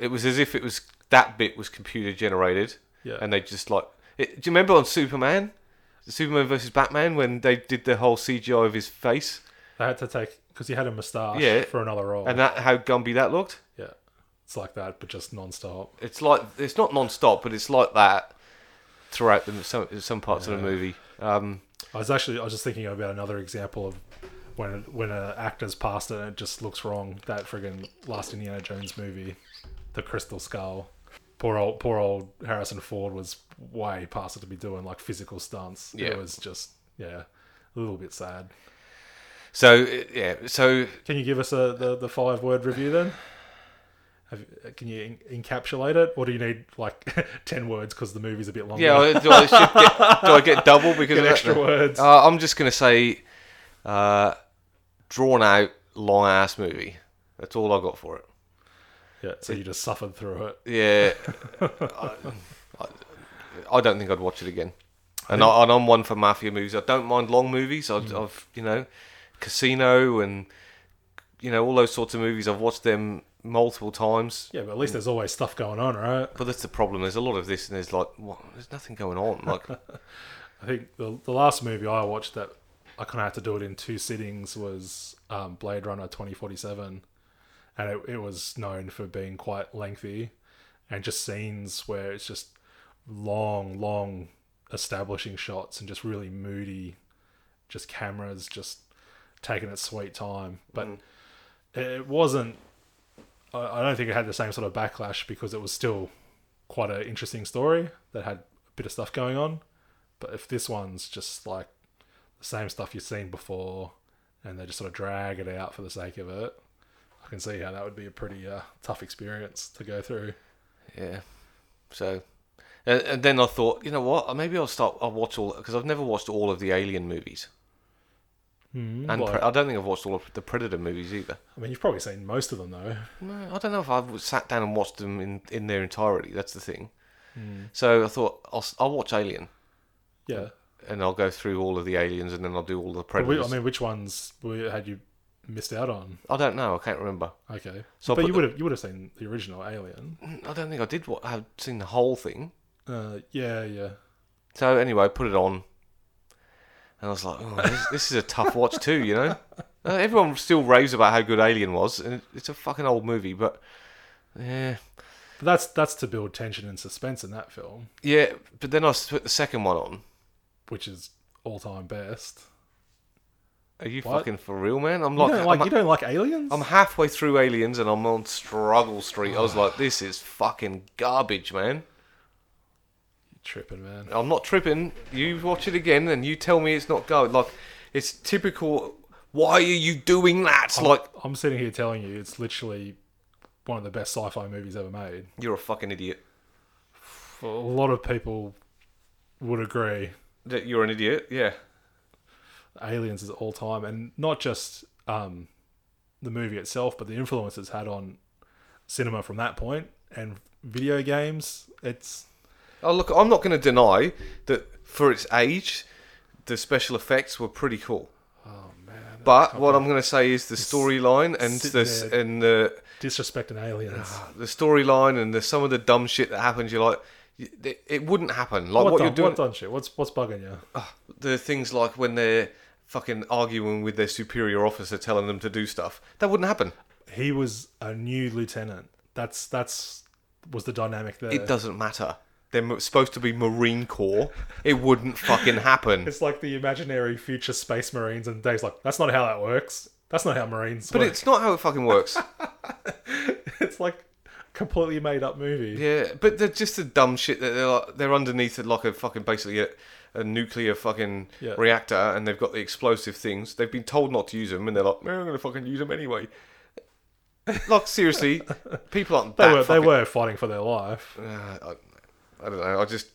A: It was as if it was that bit was computer generated,
B: Yeah.
A: and they just like. It, do you remember on Superman, Superman versus Batman, when they did the whole CGI of his face
B: They had to take because he had a moustache
A: Yeah.
B: for another role.
A: and that how Gumby that looked?
B: yeah, it's like that, but just non-stop.
A: It's like it's not non-stop, but it's like that throughout the, some some parts of the movie. Um,
B: I was actually I was just thinking about another example of when when an actor's past it and it just looks wrong. That friggin' last Indiana Jones movie, The Crystal Skull. Poor old poor old Harrison Ford was way past it to be doing like physical stunts.
A: Yeah.
B: It was just yeah, a little bit sad.
A: so uh, yeah, so
B: Can you give us a the, the five word review then? Have, can you en- encapsulate it, or do you need like ten words because the movie's a bit longer?
A: yeah, I- do I, should get, do I get double because
B: Get
A: of that?
B: extra words.
A: Uh, I'm just gonna say, uh, drawn out, long ass movie. That's all I got for it.
B: yeah. So you just suffered through it.
A: Yeah, I, I, I don't think I'd watch it again. And, I, and I'm one for mafia movies. I don't mind long movies. I've, I've you know, Casino and you know all those sorts of movies. I've watched them multiple times.
B: Yeah, but at least there's always stuff going on, right?
A: But that's the problem. There's a lot of this, and there's like, what? There's nothing going on. Like,
B: I think the, the last movie I watched that I kind of had to do it in two sittings was um, Blade Runner 2047. And it, it was known for being quite lengthy and just scenes where it's just long, long establishing shots and just really moody, just cameras just taking its sweet time. But it wasn't, I I don't think it had the same sort of backlash because it was still quite an interesting story that had a bit of stuff going on. But if this one's just like the same stuff you've seen before, and they just sort of drag it out for the sake of it, I can see how that would be a pretty uh, tough experience to go through.
A: Yeah. So, and, and then I thought, you know what? Maybe I'll start. I'll watch all because I've never watched all of the Alien movies,
B: Mm,
A: and
B: well,
A: Pre- I don't think I've watched all of the Predator movies either.
B: I mean, you've probably seen most of them though.
A: No, I don't know if I've sat down and watched them in, in their entirety. That's the thing.
B: Hmm.
A: So I thought I'll, s- I'll watch Alien,
B: Yeah,
A: and I'll go through all of the Aliens, and then I'll do all the
B: But we-
A: Predators.
B: I mean, which ones were, had you missed out on?
A: I don't know. I can't remember.
B: Okay,
A: So I'll
B: but
A: put
B: you
A: the-
B: would have you would have seen the original Alien.
A: I don't think I did. What I've seen the whole thing.
B: Uh, yeah, yeah.
A: So anyway, I put it on, and I was like, oh, this, this is a tough watch too, you know. Uh, Everyone still raves about how good Alien was, and it- it's a fucking old movie, but yeah,
B: But that's that's to build tension and suspense in that film,
A: yeah. But then I s- put the second one on.
B: which is all time best.
A: Are you
B: What?
A: fucking for real, man? I'm
B: You
A: like,
B: don't like
A: I'm,
B: you don't like aliens?
A: I'm halfway through Aliens, and I'm on Struggle Street. I was like, this is fucking garbage, man.
B: tripping, man.
A: I'm not tripping. You watch it again, and you tell me it's not good. Like, it's typical. Why are you doing that? Like,
B: I'm sitting here telling you, it's literally one of the best sci-fi movies ever made.
A: you're a fucking idiot.
B: A lot of people would agree.
A: That You're an idiot. Yeah.
B: Aliens is all time, and not just um, the movie itself, but the influence it's had on cinema from that point and video games. It's
A: Oh, look, I'm not going to deny that for its age, the special effects were pretty cool.
B: oh man,
A: But what I'm going to say is the storyline and
B: sit
A: the s-
B: there.
A: and the
B: disrespecting aliens.
A: the storyline and the some of the dumb shit that happens. You're like, y- it, it wouldn't happen. Like
B: what,
A: what,
B: done,
A: you're doing,
B: what done shit? What's what's bugging you?
A: the things like when they're fucking arguing with their superior officer, telling them to do stuff. That wouldn't happen.
B: He was a new lieutenant. That's that's was the dynamic there.
A: It doesn't matter. They're mo- supposed to be Marine Corps. It wouldn't fucking happen.
B: It's like the imaginary future space marines, and Dave's like, "That's not how that works. That's not how marines
A: But
B: work."
A: it's not how it fucking works.
B: It's, like completely made up movie.
A: Yeah, but they're just the dumb shit that they're like, they're underneath it like a fucking basically a, a nuclear fucking
B: Yeah.
A: reactor, and they've got the explosive things. They've been told not to use them, and they're like, "No, I'm gonna fucking use them anyway." like seriously, people aren't
B: They
A: that.
B: were
A: fucking,
B: they were fighting for their life.
A: Uh, I, I don't know. I just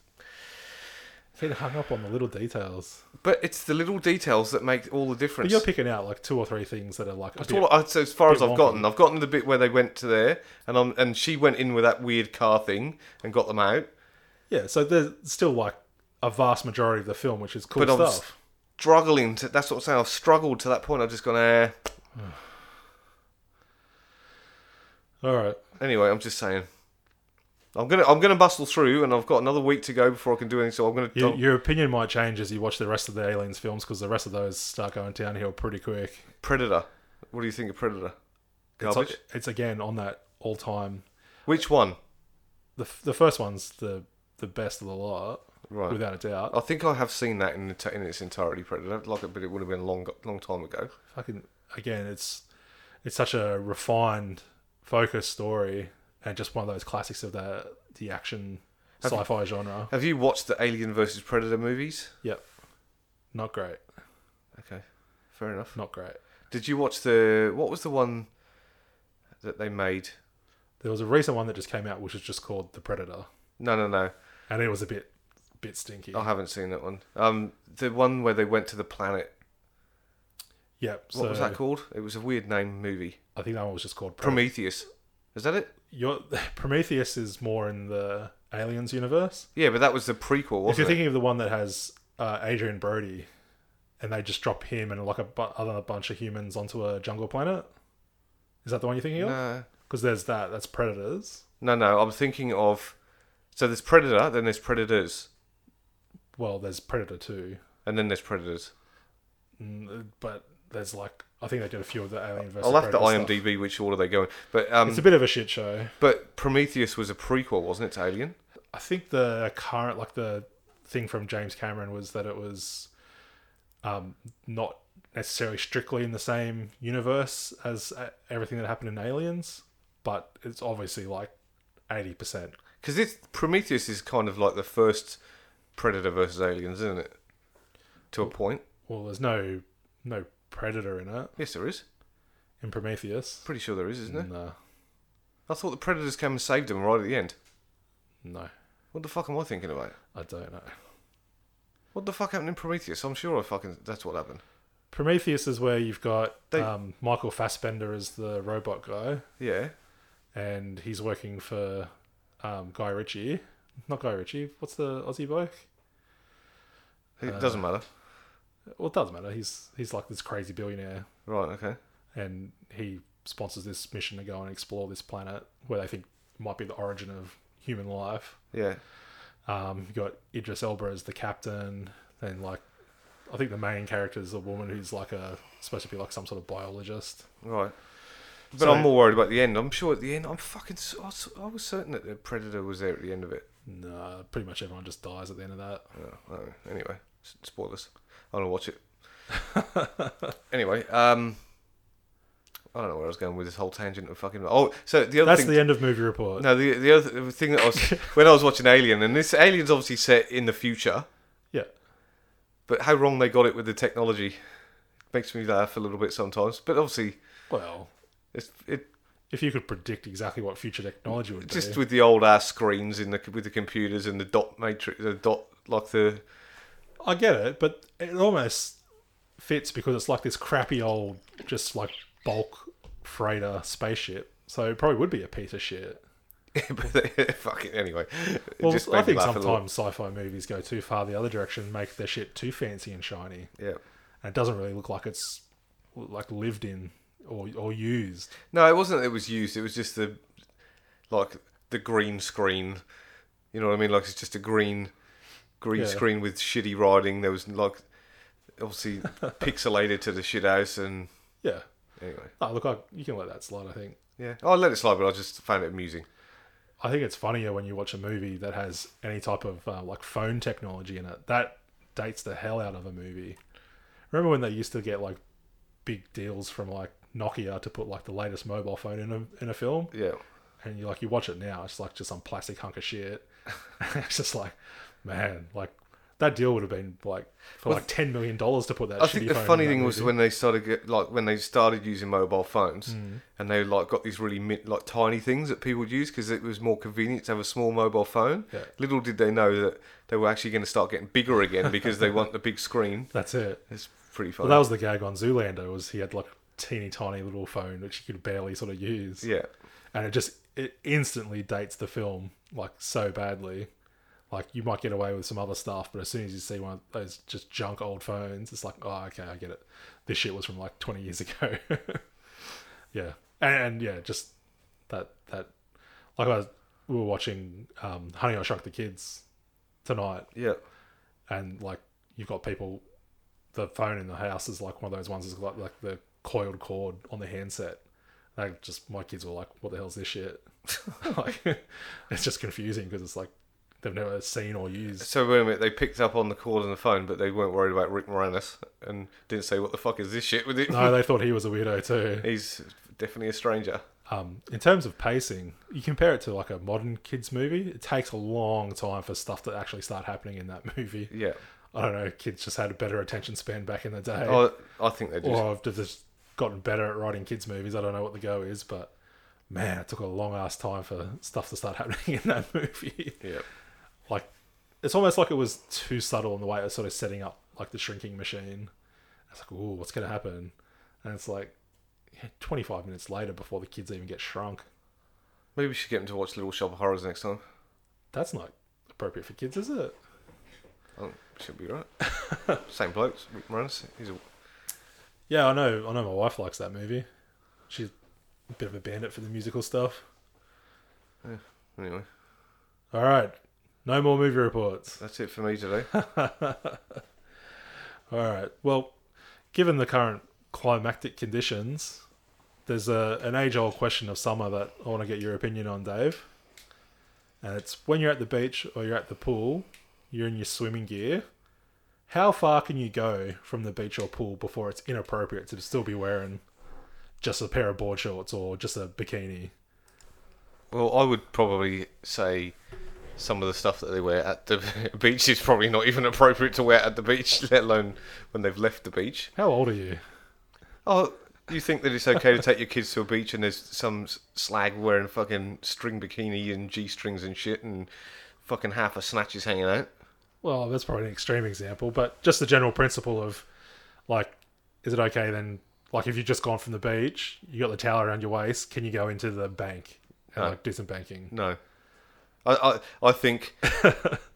B: Getting hung up on the little details.
A: but it's the little details that make all the
B: But
A: difference.
B: you're picking out like two or three things that are like. a
A: That's
B: bit-
A: all I, so as far as
B: bit
A: I've
B: wonky.
A: gotten, I've gotten to the bit where they went to there, and I'm, and she went in with that weird car thing and got them out.
B: yeah, so there's still like a vast majority of the film, which is cool
A: But I'm s-
B: stuff.
A: Struggling to that's what I'm saying. I've struggled to that point. I've just gone, eh,
B: All right.
A: Anyway, I'm just saying. I'm gonna I'm gonna bustle through, and I've got another week to go before I can do anything. So I'm gonna.
B: Your,
A: talk
B: your opinion might change as you watch the rest of the Aliens films because the rest of those start going downhill pretty quick.
A: Predator. What do you think of Predator?
B: It's,
A: Garbage.
B: it's again on that all time.
A: Which one?
B: The, f- the first one's the, the best of the lot,
A: Right.
B: without a doubt.
A: I think I have seen that in, it- in its entirety, Predator. Like, it, but it would have been a long, long time ago.
B: Fucking again, it's it's such a refined, focused story, and just one of those classics of the the action
A: Have you-
B: sci-fi genre.
A: Have you watched the Alien versus Predator movies?
B: Yep, not great,
A: Okay, fair enough.
B: not great.
A: Did you watch the what was the one that they made?
B: There was a recent one that just came out, which is just called The Predator,
A: No, no, no.
B: and it was a bit bit stinky.
A: I haven't seen that one. Um, the one where they went to the planet.
B: Yep.
A: What
B: so
A: was that called? It was a weird name movie.
B: I think that one was just called Predator.
A: Prometheus. Is that it?
B: Your, Prometheus is more in the Aliens universe.
A: Yeah, but that was the prequel,
B: if you're
A: wasn't it?
B: thinking of the one that has uh, Adrian Brody, and they just drop him and like a bu- other bunch of humans onto a jungle planet, is that the one you're thinking of?
A: No,
B: Because there's that. That's Predators.
A: no, no. I'm thinking of. So there's Predator, then there's Predators,
B: Well, there's Predator Two,
A: and then there's Predators.
B: Mm, but there's like I think they did a few of the Alien versus.
A: I'll have to
B: Predator stuff.
A: IMDb which order they go in. But um,
B: It's a bit of a shit show.
A: but Prometheus was a prequel, wasn't it? To Alien.
B: I think the current like the thing from James Cameron was that it was um, not necessarily strictly in the same universe as uh, everything that happened in Aliens, but it's obviously like eighty percent.
A: Because this Prometheus is kind of like the first Predator versus Aliens, isn't it? To a point.
B: Well, there's no no predator in it
A: Yes, there is.
B: in Prometheus.
A: Pretty sure there is, isn't there?
B: No,
A: I thought the Predators came and saved them right at the end.
B: no,
A: What the fuck am I thinking about?
B: I don't know.
A: What the fuck happened in Prometheus? I'm sure I fucking that's what happened.
B: Prometheus is where you've got
A: They-
B: um, Michael Fassbender as the robot guy,
A: Yeah.
B: and he's working for um, Guy Ritchie. Not Guy Ritchie. What's the Aussie bloke?
A: It
B: Uh,
A: doesn't matter.
B: well, it doesn't matter. He's he's like this crazy billionaire,
A: Right, okay.
B: and he sponsors this mission to go and explore this planet where they think might be the origin of human life.
A: Yeah.
B: Um, you got Idris Elba as the captain, and like I think the main character is a woman who's like a supposed to be like some sort of biologist.
A: Right. But
B: So-
A: I'm more worried about the end. I'm sure at the end, I'm fucking. s- I was- I was certain that the Predator was there at the end of it.
B: Nah, pretty much everyone just dies at the end of that.
A: Oh, oh, anyway, s- spoilers. I want to watch it. anyway, um, I don't know where I was going with this whole tangent of fucking. Oh, so the other
B: That's
A: thing.
B: the end of movie report.
A: no, the the other thing that I was when I was watching Alien, and this Alien's obviously set in the future,
B: Yeah,
A: but how wrong they got it with the technology makes me laugh a little bit sometimes. But obviously,
B: well,
A: it's it
B: if you could predict exactly what future technology would
A: just
B: be,
A: with the old ass screens in the with the computers and the dot matrix, the dot like the
B: I get it, but it almost fits because it's like this crappy old, just like bulk freighter spaceship. So it probably would be a piece of shit.
A: but they- fucking anyway. it
B: Well,
A: just
B: I
A: made me
B: think
A: laugh a little.
B: sometimes sci-fi movies go too far the other direction, and make their shit too fancy and shiny,
A: yeah.
B: and it doesn't really look like it's like lived in or or used.
A: No, it wasn't. that It was used. It was just the like the green screen. You know what I mean? Like it's just a green green
B: Yeah.
A: screen with shitty writing. There was like obviously pixelated to the shit house and
B: Yeah.
A: anyway.
B: No, look, I, you can let that slide. I think.
A: Yeah, I let it slide, but I just found it amusing.
B: I think it's funnier when you watch a movie that has any type of uh, like phone technology in it. That dates the hell out of a movie. Remember when they used to get like big deals from like Nokia to put like the latest mobile phone in a in a film,
A: Yeah,
B: and you like you watch it now, it's like just some plastic hunk of shit. it's just like, man, like that deal would have been like for
A: Well,
B: like ten million dollars to put that.
A: I
B: shitty
A: think the
B: phone in
A: funny
B: that
A: thing was
B: movie.
A: when they started get, like when they started using mobile phones,
B: Hmm.
A: and they like got these really min- like tiny things that people would use because it was more convenient to have a small mobile phone.
B: Yeah.
A: Little did they know that they were actually going to start getting bigger again because they want the big screen.
B: that's it.
A: It's pretty
B: Well,
A: funny.
B: that was the gag on Zoolander was he had like teeny tiny little phone which you could barely sort of use.
A: yeah,
B: and it just it instantly dates the film like so badly. Like you might get away with some other stuff, but as soon as you see one of those just junk old phones, it's like, oh, okay, I get it. This shit was from like 20 years ago. yeah, and, and yeah, just That that like I was, we were watching um, Honey I Shrunk the Kids tonight,
A: Yeah.
B: and like you've got people, the phone in the house is like one of those ones that's got like the coiled cord on the handset. Like just my kids were like, "What the hell's this shit?" like it's just confusing because it's like they've never seen or used.
A: So wait a minute, they picked up on the call on the phone, but they weren't worried about Rick Moranis and didn't say what the fuck is this shit with it.
B: No, they thought he was a weirdo too.
A: He's definitely a stranger.
B: um, in terms of pacing, you compare it to like a modern kids movie. It takes a long time for stuff to actually start happening in that movie.
A: Yeah.
B: I don't know. Kids just had a better attention span back in the day,
A: Oh, I think they just
B: or have just gotten better at writing kids movies. I don't know what the go is, but man, it took a long ass time for stuff to start happening in that movie.
A: Yeah.
B: like, it's almost like it was too subtle in the way it was sort of setting up like the shrinking machine. It's like, ooh, what's gonna happen? And it's like, yeah, twenty five minutes later before the kids even get shrunk.
A: Maybe we should get them to watch Little Shop of Horrors next time.
B: That's not appropriate for kids, is it?
A: Oh, should be right. Same blokes, Rick Moranis. He's a,
B: Yeah, I know. I know my wife likes that movie. She's a bit of a bandit for the musical stuff.
A: anyway.
B: All right, no more movie reports.
A: That's it for me today.
B: All right. Well, given the current climactic conditions, there's a, an age-old question of summer that I want to get your opinion on, Dave. And it's when you're at the beach or you're at the pool, you're in your swimming gear. How far can you go from the beach or pool before it's inappropriate to still be wearing just a pair of board shorts or just a bikini?
A: Well, I would probably say some of the stuff that they wear at the beach is probably not even appropriate to wear at the beach, let alone when they've left the beach.
B: How old are you?
A: Oh, you think that it's okay to take your kids to a beach and there's some s- slag wearing fucking string bikini and G strings and shit and fucking half a snatch is hanging out?
B: Well, that's probably an extreme example, but just the general principle of like, is it okay then? Like, if you've just gone from the beach, you got the towel around your waist, can you go into the bank and
A: No.
B: like do some banking?
A: No. I, I, I think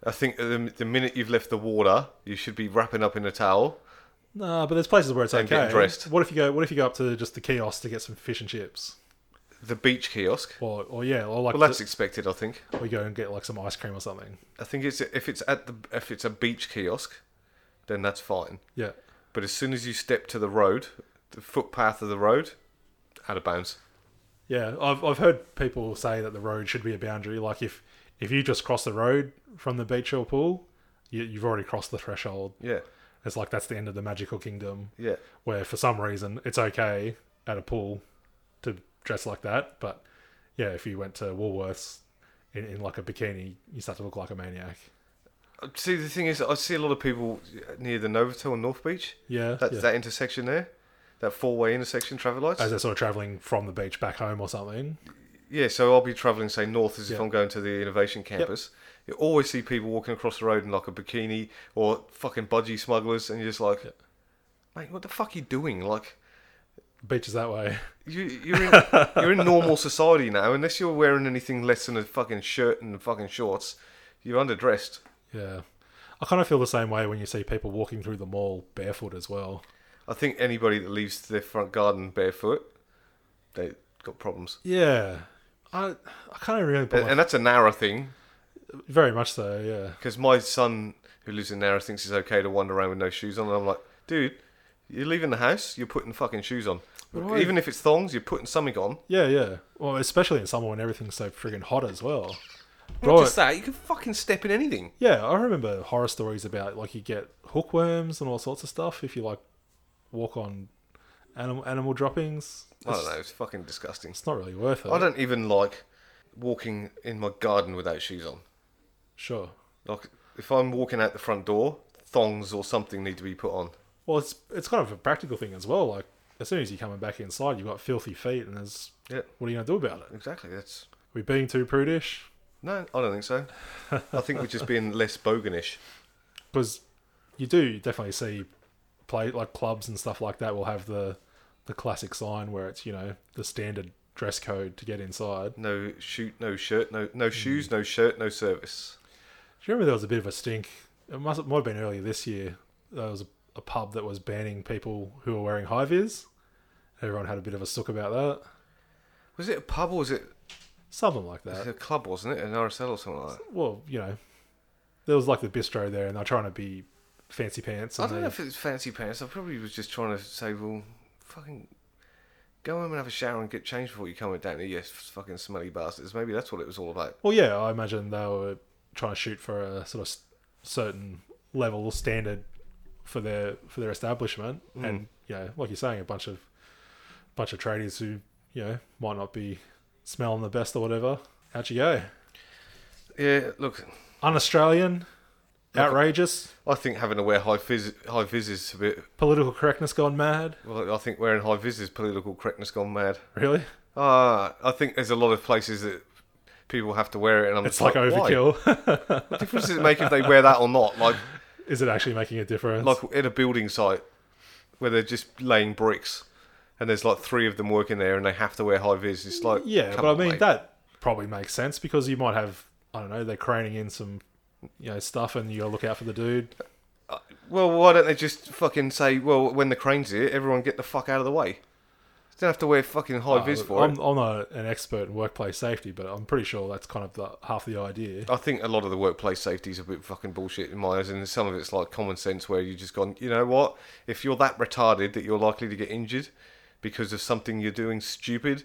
A: I think the, the minute you've left the water, you should be wrapping up in a towel.
B: No, but there's places where it's
A: And
B: okay.
A: getting dressed.
B: What if you go? What if you go up to just the kiosk to get some fish and chips,
A: The beach kiosk.
B: or or yeah, or like
A: Well, that's expected, I think.
B: to- or you go and get like some ice cream or something?
A: I think it's if it's at the if it's a beach kiosk, then that's fine.
B: Yeah.
A: But as soon as you step to the road, the footpath of the road, out of bounds.
B: Yeah, I've, I've heard people say that the road should be a boundary. Like if if you just cross the road from the beach or pool, you, you've already crossed the threshold.
A: Yeah,
B: It's like that's the end of the magical kingdom,
A: yeah.
B: where for some reason it's okay at a pool to dress like that, but yeah, if you went to Woolworths in, in like a bikini, you start to look like a maniac.
A: See, the thing is, I see a lot of people near the Novotel and North Beach.
B: Yeah,
A: That
B: yeah.
A: that intersection there, that four-way intersection, traffic lights.
B: as they're sort of traveling from the beach back home or something.
A: Yeah, so I'll be travelling, say, north as if
B: Yeah.
A: I'm going to the innovation campus. You always see people walking across the road in like a bikini or fucking budgie smugglers, and you're just like, mate, what the fuck are you doing? Like,
B: Beach is that way.
A: you, you're, in, you're in normal society now, unless you're wearing anything less than a fucking shirt and fucking shorts, you're underdressed.
B: Yeah, I kind of feel the same way when you see people walking through the mall barefoot as well.
A: I think anybody that leaves their front garden barefoot, they got problems.
B: Yeah, I I can't really put
A: And,
B: my-
A: and that's a Nara thing,
B: very much so. Yeah,
A: Because my son, who lives in Nara, thinks it's okay to wander around with no shoes on. And I'm like, dude, you're leaving the house, you're putting fucking shoes on.
B: But why-
A: Even if it's thongs, you're putting something on.
B: yeah, yeah. Well, especially in summer when everything's so friggin' hot as well.
A: Not
B: Bro,
A: just that, you can fucking step in anything.
B: Yeah, I remember horror stories about like you get hookworms and all sorts of stuff if you like walk on animal animal droppings.
A: I
B: It's,
A: don't know, it's fucking disgusting.
B: it's not really worth it.
A: I don't even like walking in my garden without shoes on.
B: Sure.
A: Like, if I'm walking out the front door, thongs or something need to be put on.
B: Well, it's it's kind of a practical thing as well. Like as soon as you're coming back inside, you've got filthy feet, and there's
A: Yeah,
B: what are you gonna do about it? Are
A: exactly. That's.
B: we being too prudish?
A: No, I don't think so. I think we're just being less boganish.
B: Because you do definitely see play like clubs and stuff like that will have the the classic sign where it's you know the standard dress code to get inside.
A: No shoot, no shirt, no no shoes, no shirt, no service.
B: Do you remember there was a bit of a stink? It must it might have been earlier this year. There was a, a pub that was banning people who were wearing high vis. Everyone had a bit of a sook about that.
A: Was it a pub or was it
B: something like
A: It's
B: that.
A: a club, wasn't it? An RSL or something like that.
B: Well, you know, there was like the bistro there, and they're trying to be fancy pants.
A: I
B: And
A: don't
B: they-
A: know if it's fancy pants. I probably was just trying to say, well, fucking go home and have a shower and get changed before you come down here. Yes, fucking smelly bastards. Maybe that's what it was all about.
B: Well, yeah, I imagine they were trying to shoot for a sort of s- certain level or standard for their for their establishment,
A: Hmm.
B: and you know, like you're saying, a bunch of bunch of tradies who you know might not be smelling the best or whatever. Out you go,
A: Yeah, look,
B: un-Australian, outrageous,
A: I think having to wear high vis, high vis is a bit.
B: political correctness gone mad.
A: Well, I think wearing high vis is political correctness gone mad.
B: Really,
A: Ah, I think there's a lot of places that people have to wear it, and I'm
B: it's
A: just
B: like
A: like, why?
B: overkill.
A: What difference does it make if they wear that or not? Like,
B: Is it actually making a difference?
A: like at a building site where they're just laying bricks, and there's like three of them working there, and they have to wear high vis. It's like,
B: Yeah,
A: come
B: but
A: on,
B: I mean
A: mate.
B: that probably makes sense because you might have I don't know they're craning in some you know stuff and you got to look out for the dude.
A: Well, why don't they just fucking say, well, when the crane's here, everyone get the fuck out of the way. Don't have to wear fucking high vis
B: Look,
A: for
B: I'm,
A: it.
B: I'm not an expert in workplace safety, but I'm pretty sure that's kind of the, half the idea.
A: I think a lot of the workplace safety is a bit fucking bullshit in my eyes, and some of it's like common sense where you just gone, you know what? If you're that retarded that you're likely to get injured because of something you're doing stupid,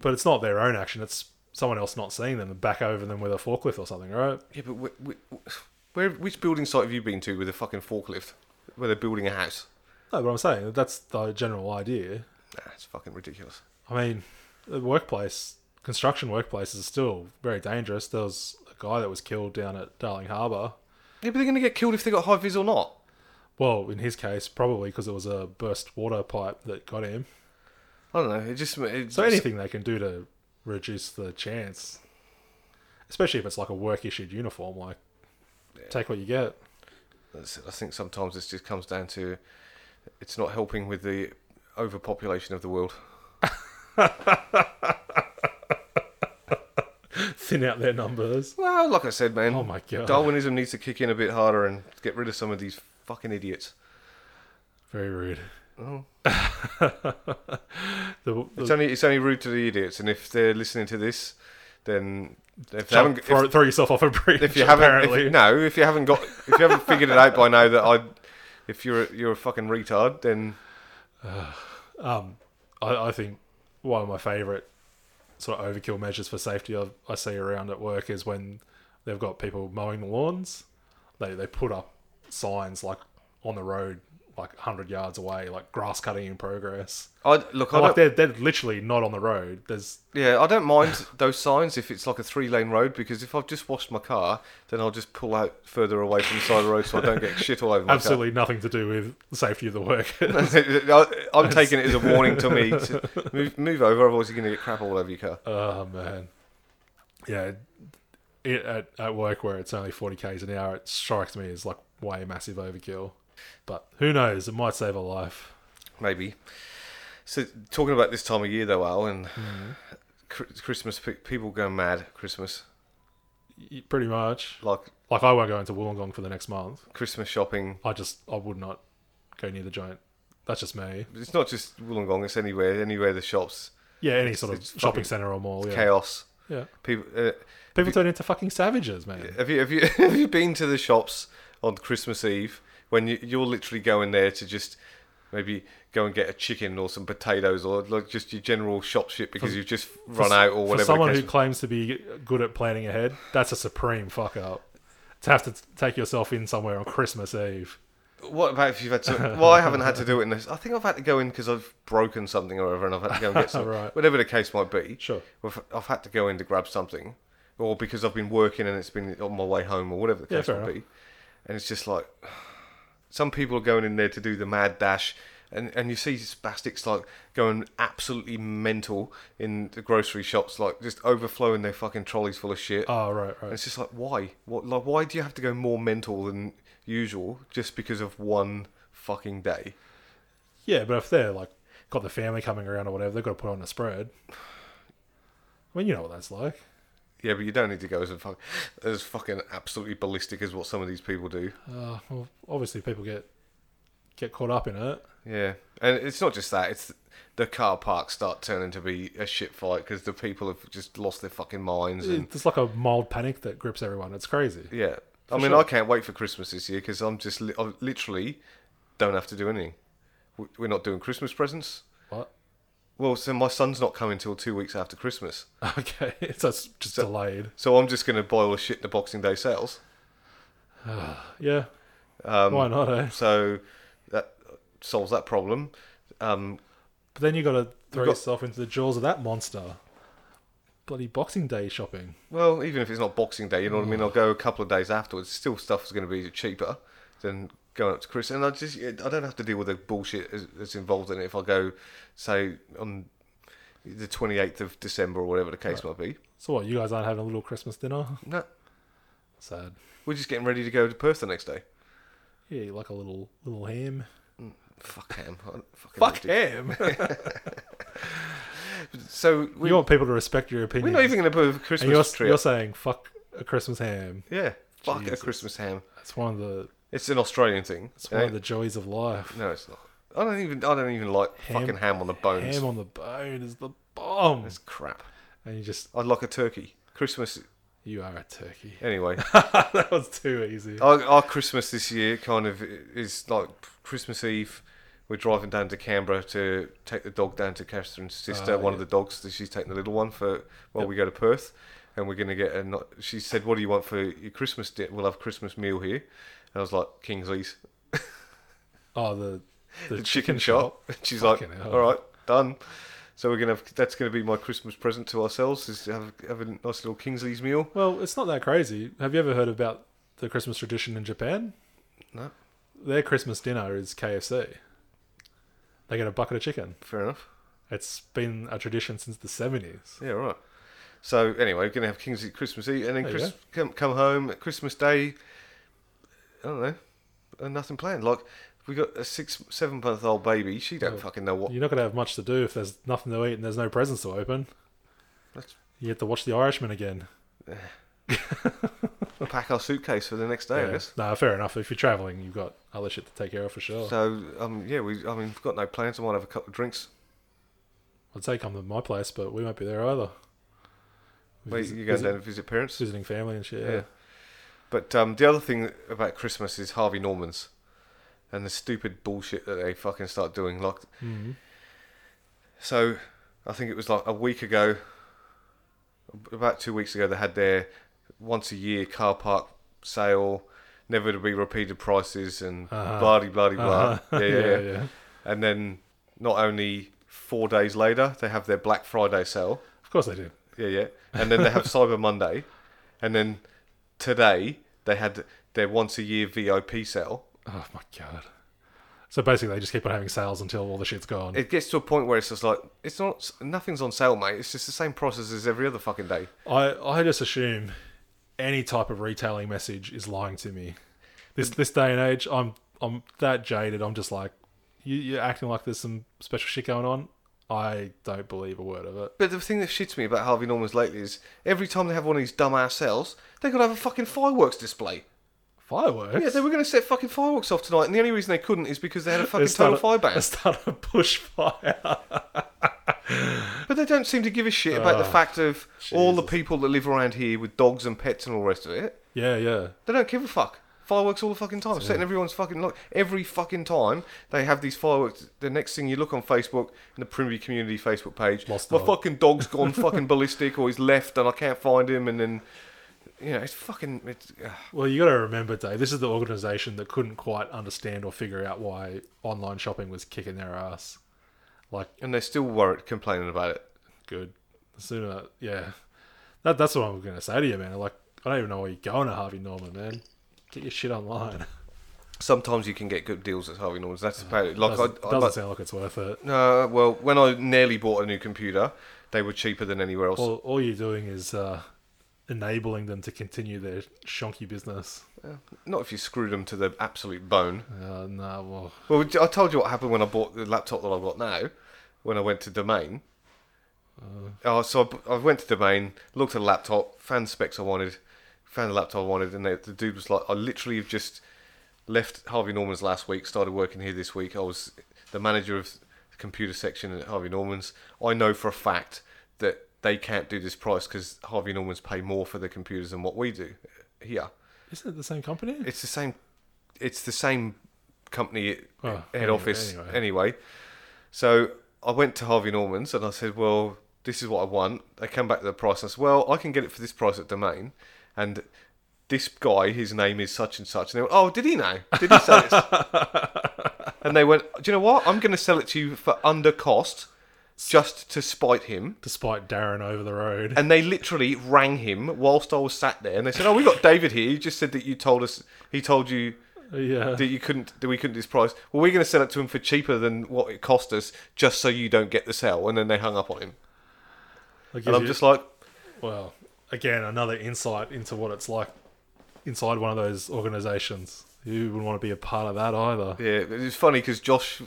B: But it's not their own action; it's someone else not seeing them and back over them with a forklift or something, right?
A: yeah, but wh- wh- where, which building site have you been to with a fucking forklift where they're building a house?
B: No, but I'm saying that that's the general idea.
A: Nah, it's fucking ridiculous.
B: I mean, the workplace construction workplaces are still very dangerous. There was a guy that was killed down at Darling Harbour
A: Yeah, but they're gonna get killed if they got high vis or not.
B: Well, in his case, probably because it was a burst water pipe that got him.
A: I don't know. It just it
B: So anything they can do to reduce the chance, especially if it's like a work issued uniform, like take what you get.
A: That's it. I think sometimes this just comes down to it's not helping with the overpopulation of the world.
B: Thin out their numbers.
A: Well, like I said, man,
B: Oh my god,
A: Darwinism needs to kick in a bit harder and get rid of some of these fucking idiots.
B: very rude.
A: Oh.
B: The, the,
A: It's only it's only rude to the idiots, and if they're listening to this, then if they
B: jump,
A: haven't
B: throw,
A: if,
B: throw yourself off a bridge.
A: if you haven't
B: apparently.
A: if, no if you haven't got if you haven't figured it out by now that I if you're a, you're a fucking retard, then
B: Um, I, I think one of my favorite sort of overkill measures for safety I, I see around at work is when they've got people mowing the lawns. They they put up signs like on the road, like hundred yards away, like grass cutting in progress.
A: I look I
B: like
A: don't,
B: they're they're literally not on the road. There's
A: Yeah, I don't mind those signs if it's like a three lane road because if I've just washed my car, then I'll just pull out further away from the side of the road so I don't get shit all over my
B: absolutely nothing to do with the safety of the workers.
A: car. I- I'm taking it as a warning to me to move, move over, otherwise you're going to get crap all over your car.
B: oh man, yeah. It, at, at work where it's only 40 k's an hour it strikes me as like way massive overkill but who knows it might save a life
A: Maybe. So, talking about this time of year though, Al, and Chri- Christmas, pe- people go mad at Christmas.
B: Y- Pretty much.
A: Like
B: Like I won't go into Wollongong for the next month.
A: Christmas shopping.
B: I just I would not go near the giant. That's just me.
A: It's not just Wollongong, it's anywhere, anywhere the shops,
B: Yeah, any sort of
A: It's
B: shopping
A: fucking
B: centre or mall. Yeah,
A: chaos.
B: yeah.
A: People, uh,
B: People turn into fucking savages, man.
A: Have you have you have you been to the shops on Christmas Eve when you, you're literally going there to just maybe go and get a chicken or some potatoes or like just your general shop shit because you've just run
B: s-
A: out or whatever.
B: For
A: the
B: someone
A: case
B: who
A: may-
B: claims to be good at planning ahead, that's a supreme fuck up. To have to t- take yourself in somewhere on Christmas Eve.
A: what about if you've had to? Well, I haven't had to do it in this. I think I've had to go in because I've broken something or whatever, and I've had to go and get something.
B: Right.
A: Whatever the case might be,
B: Sure.
A: I've, I've had to go in to grab something, or because I've been working and it's been on my way home or whatever the
B: Yeah,
A: case
B: fair
A: might be. And it's just like some people are going in there to do the mad dash, and and you see spastics like going absolutely mental in the grocery shops, like just overflowing their fucking trolleys full of shit.
B: Oh right,
A: And
B: right.
A: it's just like why? What like why do you have to go more mental than usual just because of one fucking day?
B: Yeah, but if they're like got the family coming around or whatever, they've got to put on a spread. I mean, you know what that's like.
A: Yeah, but you don't need to go as a fuck, as fucking absolutely ballistic as what some of these people do.
B: Uh, well, obviously people get get caught up in it.
A: Yeah. And it's not just that; it's the car parks start turning to be a shit fight because the people have just lost their fucking minds. And
B: It's like a mild panic that grips everyone. It's crazy.
A: yeah, I mean,
B: sure.
A: I can't wait for Christmas this year because I'm just li- I literally don't have to do anything. We- We're not doing Christmas presents.
B: What?
A: Well, so my son's not coming till two weeks after Christmas,
B: Okay, so it's just delayed.
A: so I'm just going to buy all the shit in the Boxing Day sales.
B: Yeah.
A: Um,
B: Why not? Eh?
A: So that solves that problem. Um,
B: But then you got to throw
A: got-
B: yourself into the jaws of that monster. Bloody Boxing Day shopping.
A: Well, even if it's not Boxing Day, you know what I mean. I'll go a couple of days afterwards. Still, stuff is going to be cheaper than going up to Chris. And I just, I don't have to deal with the bullshit as- that's involved in it. If I go, say, on the twenty eighth of December or whatever the case might be,
B: So what? You guys aren't having a little Christmas dinner?
A: no,
B: Sad.
A: we're just getting ready to go to Perth the next day.
B: Yeah, you like a little little ham.
A: Fuck him. I don't fucking
B: Fuck
A: know,
B: ham.
A: dude. So we,
B: you want people to respect your opinion.
A: we're not even going to put a Christmas
B: and you're,
A: tree.
B: you're
A: up.
B: saying fuck a Christmas ham.
A: yeah, fuck
B: Jesus.
A: a Christmas ham.
B: That's one of the
A: It's an Australian thing.
B: it's
A: It
B: one of
A: ain't-
B: the joys of life.
A: No, it's not. I don't even. I don't even like
B: Ham-
A: fucking ham on the bones.
B: Ham on the bone is the bomb.
A: That's crap.
B: And you just
A: I'd like a turkey. Christmas,
B: you are a turkey.
A: anyway.
B: that was too easy.
A: our, our Christmas this year kind of is like Christmas Eve. We're driving down to Canberra to take the dog down to Catherine's sister.
B: Ah,
A: one of
B: yeah.
A: the dogs, she's taking the little one for while we go to Perth, and we're gonna get a. Not, she said, "What do you want for your Christmas? Di- we'll have Christmas meal here." And I was like, "Kingsley's
B: Oh, the the,
A: the chicken, shop." She's like,
B: Fucking hell.
A: "All right, done." So we're gonna have, that's gonna be my Christmas present to ourselves is to have have a nice little Kingsley's meal.
B: Well, it's not that crazy. Have you ever heard about the Christmas tradition in Japan?
A: No,
B: Their Christmas dinner is KFC. They get a bucket of chicken.
A: fair enough.
B: It's been a tradition since the seventies.
A: Yeah, right. So anyway, we're gonna have King's at Christmas Eve, and then
B: There you
A: Chris, come come home at Christmas Day. I don't know, and nothing planned. Like we got a six, seven month old baby. She don't
B: Well,
A: fucking know what.
B: You're not going to have much to do if there's nothing to eat and there's no presents to open.
A: Let's
B: You have to watch The Irishman again.
A: pack our suitcase for the next day, Oh, I
B: Yeah.
A: guess.
B: Nah, fair enough. If you're traveling, you've got other shit to take care of for sure.
A: So um, yeah, we I mean we've got no plans. I might have a couple of drinks.
B: I'd say come to my place, but we won't be there either. We're
A: Wait,
B: visit-
A: you going
B: visit-
A: down to visit parents?
B: visiting family and shit. Yeah.
A: Yeah. But um, the other thing about Christmas is Harvey Norman's, and the stupid bullshit that they fucking start doing. Like
B: Mhm.
A: So, I think it was like a week ago, about two weeks ago, they had their once a year car park sale, never to be repeated prices, and
B: Uh-huh.
A: blah de blah de blah.
B: Uh-huh.
A: Yeah, yeah, yeah.
B: yeah.
A: And then not only four days later, they have their Black Friday sale.
B: Of course they do.
A: Yeah, yeah. And then they have Cyber Monday, and then today they had their once a year VIP sale.
B: Oh my god. So basically, they just keep on having sales until all the shit's gone.
A: It gets to a point where it's just like it's not nothing's on sale, mate. It's just the same process as every other fucking day.
B: I I just assume any type of retailing message is lying to me. This this day and age, I'm I'm that jaded. I'm just like, you, you're acting like there's some special shit going on. I don't believe a word of it.
A: But the thing that shits me about Harvey Norman's lately is every time they have one of these dumbass sales, they gotta have a fucking fireworks display.
B: Fireworks.
A: Yeah, they were gonna set fucking fireworks off tonight, and the only reason they couldn't is because they had a
B: They
A: fucking total
B: started-
A: fire
B: they
A: ban.
B: started a bushfire.
A: But they don't seem to give a shit about the
B: Oh,
A: fact of all the
B: Jesus.
A: people that live around here with dogs and pets and all the rest of it.
B: Yeah, yeah.
A: They don't give a fuck. Fireworks all the fucking time, setting everyone's fucking lock. Every fucking time they have these fireworks, the next thing you look on Facebook, in the Primby Community Facebook page,
B: Lost
A: my
B: dog.
A: fucking dog's gone fucking ballistic, or he's left and I can't find him, and then, you know, it's fucking. It's, ugh.
B: Well, you got to remember, Dave. This is the organisation that couldn't quite understand or figure out why online shopping was kicking their ass. Like,
A: and they're still worried, complaining about it.
B: good. The sooner, yeah. That, that's what I'm going to say to you, man. Like, I don't even know where you're going to Harvey Norman, man. Get your shit online.
A: Sometimes you can get good deals at Harvey Norman's. That's about it. Like
B: doesn't
A: I, I
B: doesn't
A: like,
B: sound like it's worth it.
A: no, well, when I nearly bought a new computer, they were cheaper than anywhere else.
B: All, all you're doing is uh, enabling them to continue their shonky business.
A: Not if you screwed them to the absolute bone.
B: Uh, nah, well,
A: Well, I told you what happened when I bought the laptop that I've got now. When I went to Domain, oh, so I b- I, went to Domain, looked at the laptop, found the specs I wanted, found the laptop I wanted, and they, the dude was like, "I literally have just left Harvey Norman's last week, started working here this week. I was the manager of the computer section at Harvey Norman's, I know for a fact that they can't do this price because Harvey Norman's pay more for the computers than what we do uh, here.
B: Is it the same company?
A: It's the same. It's the same company
B: Oh,
A: head
B: anyway,
A: office
B: anyway.
A: anyway. So I went to Harvey Norman's and I said, "Well, this is what I want." They come back to the price. I said, "Well, I can get it for this price at Domain," and this guy, his name is such and such, and they went, "Oh, did he know? Did he sell this?" and they went, "Do you know what? I'm going to sell it to you for under cost, just to spite him."
B: Despite Darren over the road.
A: And they literally rang him whilst I was sat there, and they said, "Oh, we got David here. He just said that you told us he told you
B: yeah.
A: that you couldn't that we couldn't do this price. Well, we're going to sell it to him for cheaper than what it cost us, just so you don't get the sale." And then they hung up on him,
B: That gives
A: and I'm
B: you-
A: just like,
B: well, again, another insight into what it's like inside one of those organizations. You wouldn't want to be a part of that either.
A: "Yeah." It was funny because Josh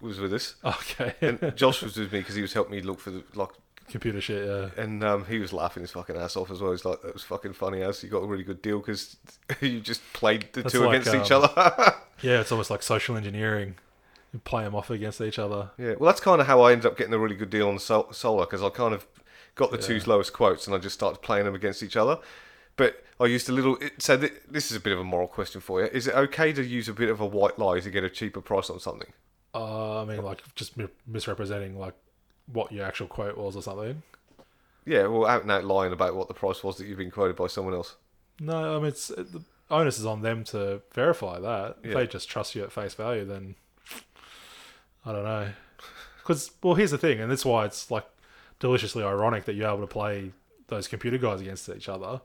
A: was with us.
B: Okay.
A: Josh was with me because he was helping me look for the like,
B: Computer shit, yeah.
A: and um, he was laughing his fucking ass off as well. He's like, "That was fucking funny, ass. You got a really good deal because you just played the
B: That's
A: two
B: like,
A: against each
B: um,
A: other."
B: Yeah, it's almost like social engineering. You play them off against each other.
A: Yeah, well, that's kind of how I ended up getting a really good deal on sol- solar because I kind of got the two lowest quotes and I just started playing them against each other. But I used a little. It, so th- this is a bit of a moral question for you: Is it okay to use a bit of a white lie to get a cheaper price on something?
B: Uh, I mean, like just mi- misrepresenting like what your actual quote was or something.
A: Yeah, well, out and out lying about what the price was that you've been quoted by someone else.
B: No, I mean it's it- the onus is on them to verify that. If
A: Yeah.
B: they just trust you at face value, then I don't know. Because well, here's the thing, and that's why it's like deliciously ironic that you're able to play those computer guys against each other.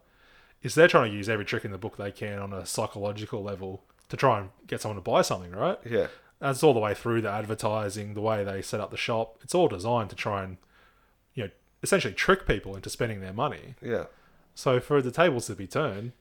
B: Is they're trying to use every trick in the book they can on a psychological level to try and get someone to buy something, right?
A: Yeah,
B: That's all the way through the advertising, the way they set up the shop. It's all designed to try and, you know, essentially trick people into spending their money.
A: yeah,
B: So for the tables to be turned,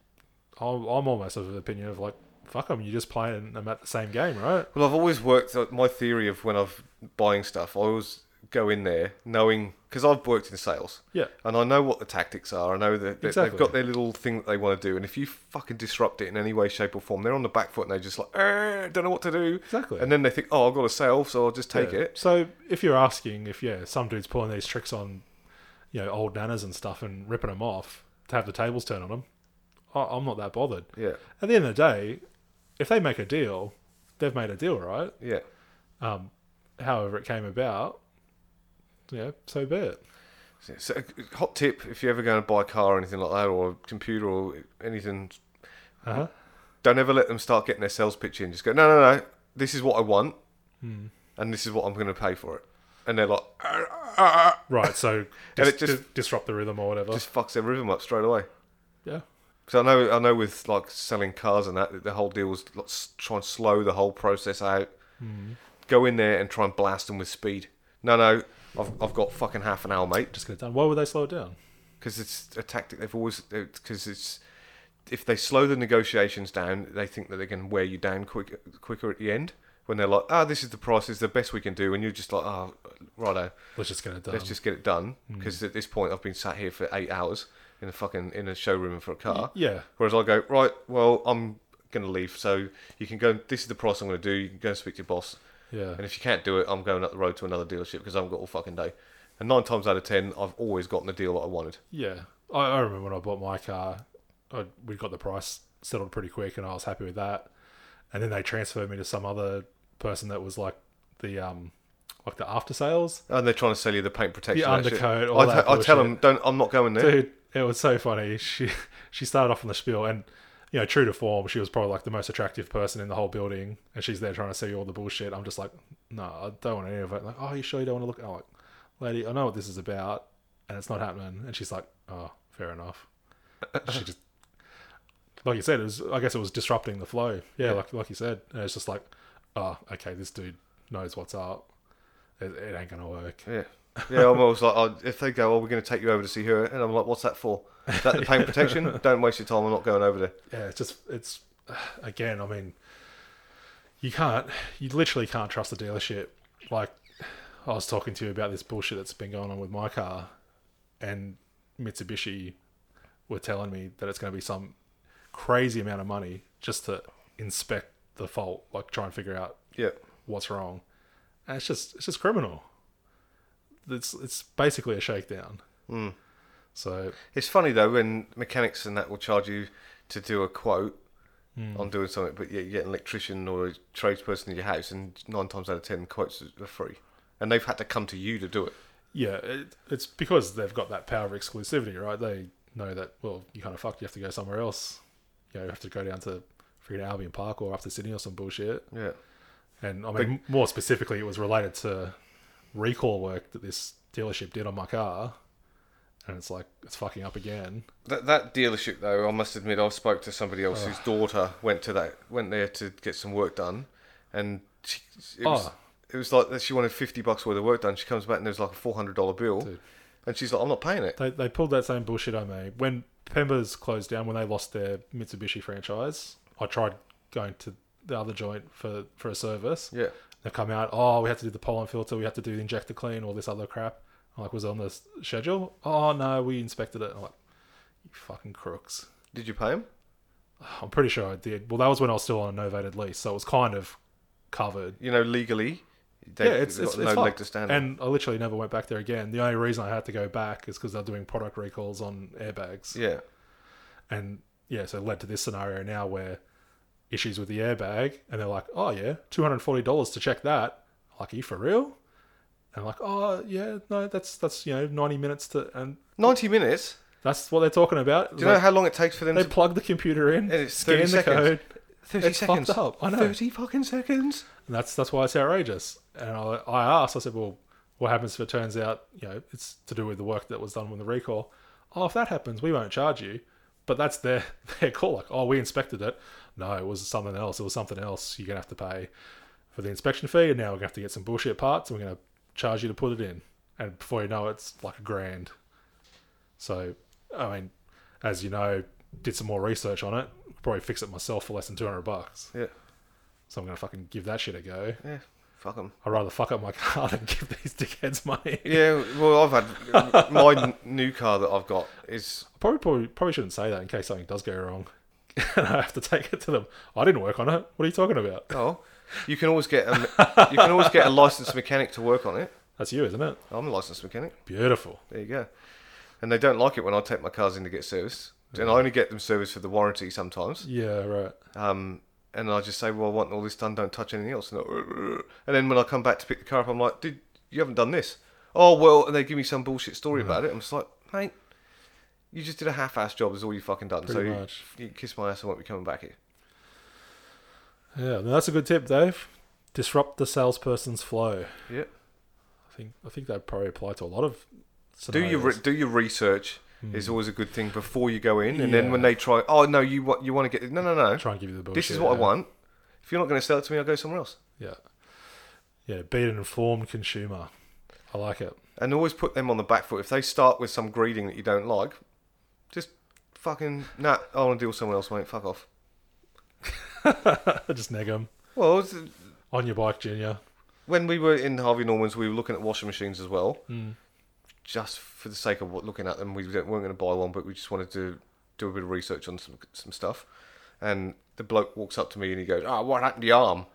B: I'm, I'm almost of the opinion of like, fuck them, you're just playing them at the same game, right?
A: Well, I've always worked uh, my theory of when I've buying stuff. I always go in there knowing because I've worked in sales.
B: Yeah.
A: and I know what the tactics are. I know that that
B: Exactly.
A: they've got their little thing that they want to do, and if you fucking disrupt it in any way, shape, or form, they're on the back foot and they just like, "Err, don't know what to do.
B: Exactly.
A: And then they think, oh, I've got a sale, so I'll just take
B: Yeah.
A: it.
B: So if you're asking if, yeah, some dude's pulling these tricks on, you know, old nanas and stuff and ripping them off to have the tables turn on them, I, I'm not that bothered.
A: Yeah,
B: At the end of the day, if they make a deal, they've made a deal, right?
A: yeah.
B: um, however it came about, yeah, so be it.
A: So, hot tip: if you're ever going to buy a car or anything like that, or a computer or anything,
B: Uh-huh.
A: don't ever let them start getting their sales pitch in. Just go, no, no, no. This is what I want,
B: Hmm.
A: and this is what I'm going to pay for it. And they're like,
B: Right, so
A: And
B: dis-
A: it just-
B: di- disrupt the rhythm or whatever.
A: just fucks their rhythm up straight away.
B: yeah,
A: So I know, I know, with like selling cars and that, the whole deal was like, s- try and slow the whole process out. Go in there and try and blast them with speed. No, no, I've, I've got fucking half an hour, mate.
B: just get it done. Why would they slow it down?
A: Because it's a tactic they've always. Because it's if they slow the negotiations down, they think that they can wear you down quick, quicker at the end. When they're like, ah, this is the price, this is the best we can do, and you're just like, oh, righto,
B: Let's just get it done.
A: let's just get it done. Because at this point, I've been sat here for eight hours in a fucking in a showroom for a car.
B: yeah,
A: Whereas I go, right, well, I'm going to leave. So you can go, this is the price I'm going to do. You can go and speak to your boss.
B: yeah.
A: And if you can't do it, I'm going up the road to another dealership because I haven't got all fucking day. And nine times out of ten, I've always gotten the deal that I wanted.
B: Yeah, I, I remember when I bought my car, I, we got the price settled pretty quick, and I was happy with that. And then they transferred me to some other person that was like the um, like the after sales
A: And they're trying to sell you the paint protection.
B: The
A: and that shit.
B: undercoat, all
A: I,
B: that
A: I tell them,
B: bullshit.
A: don't, I'm not going there.
B: dude. It was so funny. She she started off on the spiel, and you know, true to form, she was probably like the most attractive person in the whole building, and she's there trying to sell you all the bullshit. I'm just like, no, I don't want any of it. Like, oh, you sure you don't want to look? I'm like, lady, I know what this is about, and it's not happening. And she's like, oh, fair enough. she just, like you said, it was. I guess it was disrupting the flow. Yeah,
A: Yeah.
B: like like you said, and it's just like, oh, okay, this dude knows what's up. It, it ain't gonna work.
A: Yeah. Yeah, I'm always like, oh, if they go, oh, we're going to take you over to see her. And I'm like, what's that for? Is that the paint protection? Don't waste your time. I'm not going over there.
B: yeah, it's just it's again. I mean, you can't, you literally can't trust the dealership. Like I was talking to you about this bullshit that's been going on with my car, and Mitsubishi were telling me that it's going to be some crazy amount of money just to inspect the fault, like try and figure out
A: Yeah.
B: what's wrong. And it's just it's just criminal. It's it's basically a shakedown. So
A: It's funny though when mechanics and that will charge you to do a quote
B: Hmm.
A: on doing something, but yeah, you get an electrician or a tradesperson in your house, and nine times out of ten, quotes are free, and they've had to come to you to do it.
B: yeah, it, it's because they've got that power of exclusivity, right? They know that well, you kind of fucked. You have to go somewhere else. You know, you have to go down to freaking Albion Park or up to Sydney or some bullshit.
A: Yeah,
B: And I mean, more specifically, it was related to recall work that this dealership did on my car. And it's like it's fucking up again.
A: that that dealership though, I must admit, I spoke to somebody else whose daughter went to that went there to get some work done, and she, it was
B: Oh.
A: it was like that she wanted fifty bucks worth of work done. She comes back and there's like a four hundred dollar bill,
B: Dude.
A: and she's like, I'm not paying it.
B: They, they pulled that same bullshit on me. When Pemba's closed down, when they lost their Mitsubishi franchise, I tried going to the other joint for, for a service.
A: Yeah,
B: They've come out, oh, we had to do the pollen filter, we had to do the injector clean, all this other crap. I'm like, was it on the s- schedule? Oh, no, we inspected it. I'm like, you fucking crooks.
A: did you pay him?
B: I'm pretty sure I did. Well, that was when I was still on a novated lease, so it was kind of covered.
A: You know, legally, they,
B: yeah, it's,
A: they've
B: it's,
A: got
B: it's
A: no leg
B: fucked.
A: to stand on.
B: And I literally never went back there again. The only reason I had to go back is because they're doing product recalls on airbags.
A: Yeah,
B: And yeah, so it led to this scenario now where issues with the airbag, and they're like, oh, yeah, $240 to check that. I'm like, are you for real? And I'm like, oh, yeah, no, that's, that's you know, 90 minutes to, and
A: ninety minutes.
B: that's what they're talking about.
A: Do you know how long it takes for them
B: they
A: to
B: plug the computer in,
A: And it's 30
B: scan the
A: seconds.
B: code.
A: 30
B: It's
A: seconds.
B: fucked up, I know.
A: 30 fucking seconds.
B: And that's that's why it's outrageous. And I, I asked, I said, well, what happens if it turns out, you know, it's to do with the work that was done with the recall? Oh, if that happens, we won't charge you. But that's their their call. Like, oh, we inspected it. No, it was something else. It was something else. You're gonna have to pay for the inspection fee, and now we're gonna have to get some bullshit parts, and we're gonna charge you to put it in. And before you know it, it's like a grand. So, I mean, as you know, did some more research on it. Probably fix it myself for less than two hundred bucks.
A: Yeah,
B: So I'm gonna fucking give that shit a go.
A: yeah. Fuck 'em.
B: I'd rather fuck up my car than give these dickheads money.
A: Yeah, well, I've had my n- new car that I've got is
B: Probably, probably, probably shouldn't say that in case something does go wrong, and I have to take it to them. I didn't work on it. What are you talking about?
A: oh, you can always get a me- you can always get a licensed mechanic to work on it.
B: That's you, isn't it?
A: I'm a licensed mechanic.
B: Beautiful.
A: There you go. And they don't like it when I take my cars in to get serviced, and I only get them serviced for the warranty sometimes.
B: Yeah, right.
A: Um, and I just say, well, I want all this done. Don't touch anything else. And, they're, and then when I come back to pick the car up, I'm like, dude, you haven't done this. Oh well, and they give me some bullshit story
B: Mm-hmm.
A: about it. I'm just like, mate, you just did a half-ass job. Is all you fucking done.
B: Pretty
A: so you-
B: much.
A: You, kiss my ass. I won't be coming back here.
B: Yeah, no, that's a good tip, Dave. Disrupt the salesperson's flow.
A: Yeah.
B: I think I think that probably apply to a lot of.
A: Do
B: Scenarios.
A: your re- do your research is always a good thing before you go in. And then when
B: Mm. Yeah.
A: they try, oh no, you want you want to get no no no.
B: try and give you the bullshit?
A: This is what I
B: yeah.
A: want. If you're not going to sell it to me, I'll go somewhere else.
B: Yeah, yeah. Be an informed consumer. I like it.
A: And always put them on the back foot. If they start with some greeting that you don't like, just fucking nah. I want to deal with someone else, mate. Fuck off.
B: Just neg 'em.
A: Well, it's-
B: on your bike, Junior.
A: when we were in Harvey Normans, we were looking at washing machines as well. Just for the sake of what- looking at them, we didn't- weren't going to buy one, but we just wanted to do a bit of research on some some stuff. And the bloke walks up to me and he goes, "Ah, what happened to your arm?"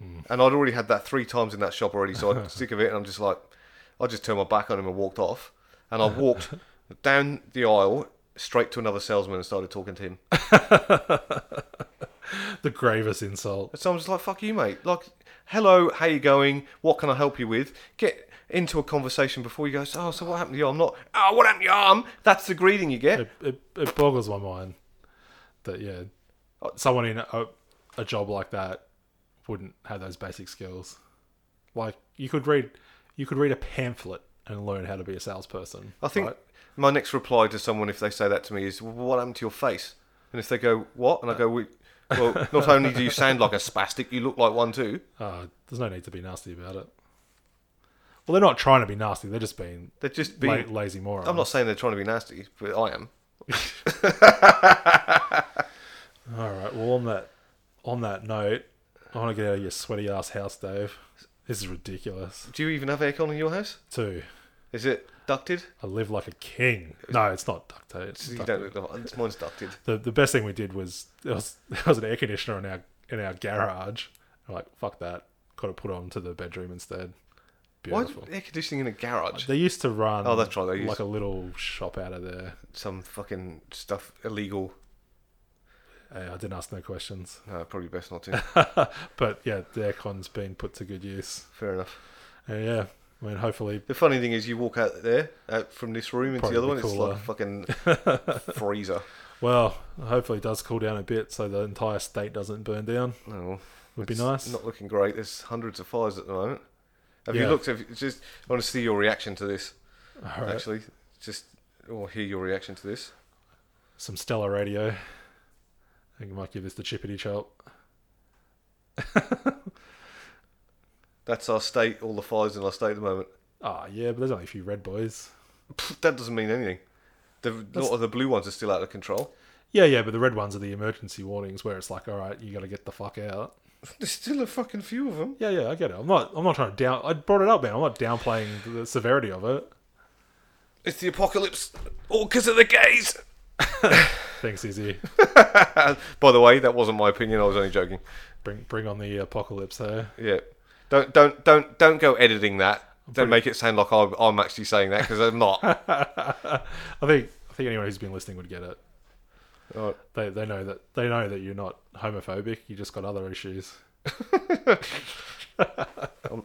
A: And I'd already had that three times in that shop already, so I'm sick of it. And I'm just like, I just turned my back on him and walked off. And I walked down the aisle straight to another salesman and started talking to him.
B: The gravest insult.
A: So I'm just like, fuck you, mate. Like, hello, how you going? What can I help you with? Get into a conversation before you go, oh, so what happened to your arm? Not, oh, what happened to your arm? That's the greeting you get.
B: it, it, it boggles my mind that yeah, someone in a, a job like that wouldn't have those basic skills. Like you could read, you could read a pamphlet and learn how to be a salesperson.
A: I think
B: right?
A: my next reply to someone, if they say that to me, is, well, what happened to your face? And if they go, what? And I go, well, well, not only do you sound like a spastic, you look like one too.
B: Uh, there's no need to be nasty about it. Well, they're not trying to be nasty; they're just being,
A: They're just
B: la-
A: being.
B: lazy morons.
A: I'm not saying they're trying to be nasty, but I am.
B: All right. Well, on that on that note, I want to get out of your sweaty ass house, Dave. This is ridiculous.
A: Do you even have aircon in your house?
B: Two.
A: Is it ducted?
B: I live like a king. No, it's not duct tape. It's
A: You
B: duct
A: don't look. Mine's ducted.
B: the the best thing we did was there was there was an air conditioner in our in our garage. I'm like, fuck that. got it put onto the bedroom instead.
A: Why
B: Beautiful.
A: air conditioning in a garage?
B: They used to run.
A: Oh, that's right, they used-
B: like a little shop out of there.
A: Some fucking stuff illegal.
B: Uh, I didn't ask no questions,
A: No, probably best not to.
B: but yeah, the aircon's been put to good use.
A: Fair enough.
B: Uh, yeah, I mean, hopefully,
A: The funny thing is, you walk out there uh, from this room into the other one,
B: Probably
A: it's like a fucking freezer.
B: well, hopefully it does cool down a bit so the entire state doesn't burn down.
A: Oh,
B: Would be
A: it's
B: nice.
A: Not looking great. There's hundreds of fires at the moment. Have you
B: Yeah.
A: looked? Have you, just I want to see your reaction to this.
B: All right,
A: Actually, just or hear your reaction to this.
B: some stellar radio. I think I might give this the chippity chop.
A: That's our state. All the fires in our state at the moment.
B: Ah, yeah, but there's only a few red boys.
A: Pff, That doesn't mean anything. The, a lot of the blue ones are still out of control.
B: Yeah, yeah, but the red ones are the emergency warnings where it's like, all right, you got to get the fuck out.
A: There's still a fucking few of them.
B: Yeah, yeah, I get it. I'm not. I'm not trying to down. I brought it up, man. I'm not downplaying the- the severity of it.
A: It's the apocalypse, all because of the gays.
B: Thanks, Izzy.
A: By the way, that wasn't my opinion. I was only joking.
B: Bring bring on the apocalypse, eh? though.
A: Yeah. Don't don't don't don't go editing that. Don't make it sound like I'm, I'm actually saying that because I'm not.
B: I think I think anyone who's been listening would get it.
A: Right.
B: They they know that they know that you're not homophobic. You just got other issues.
A: I'm,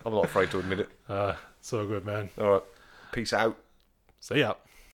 A: I'm not afraid to admit it.
B: Uh, so good, man.
A: All right. Peace out.
B: See ya.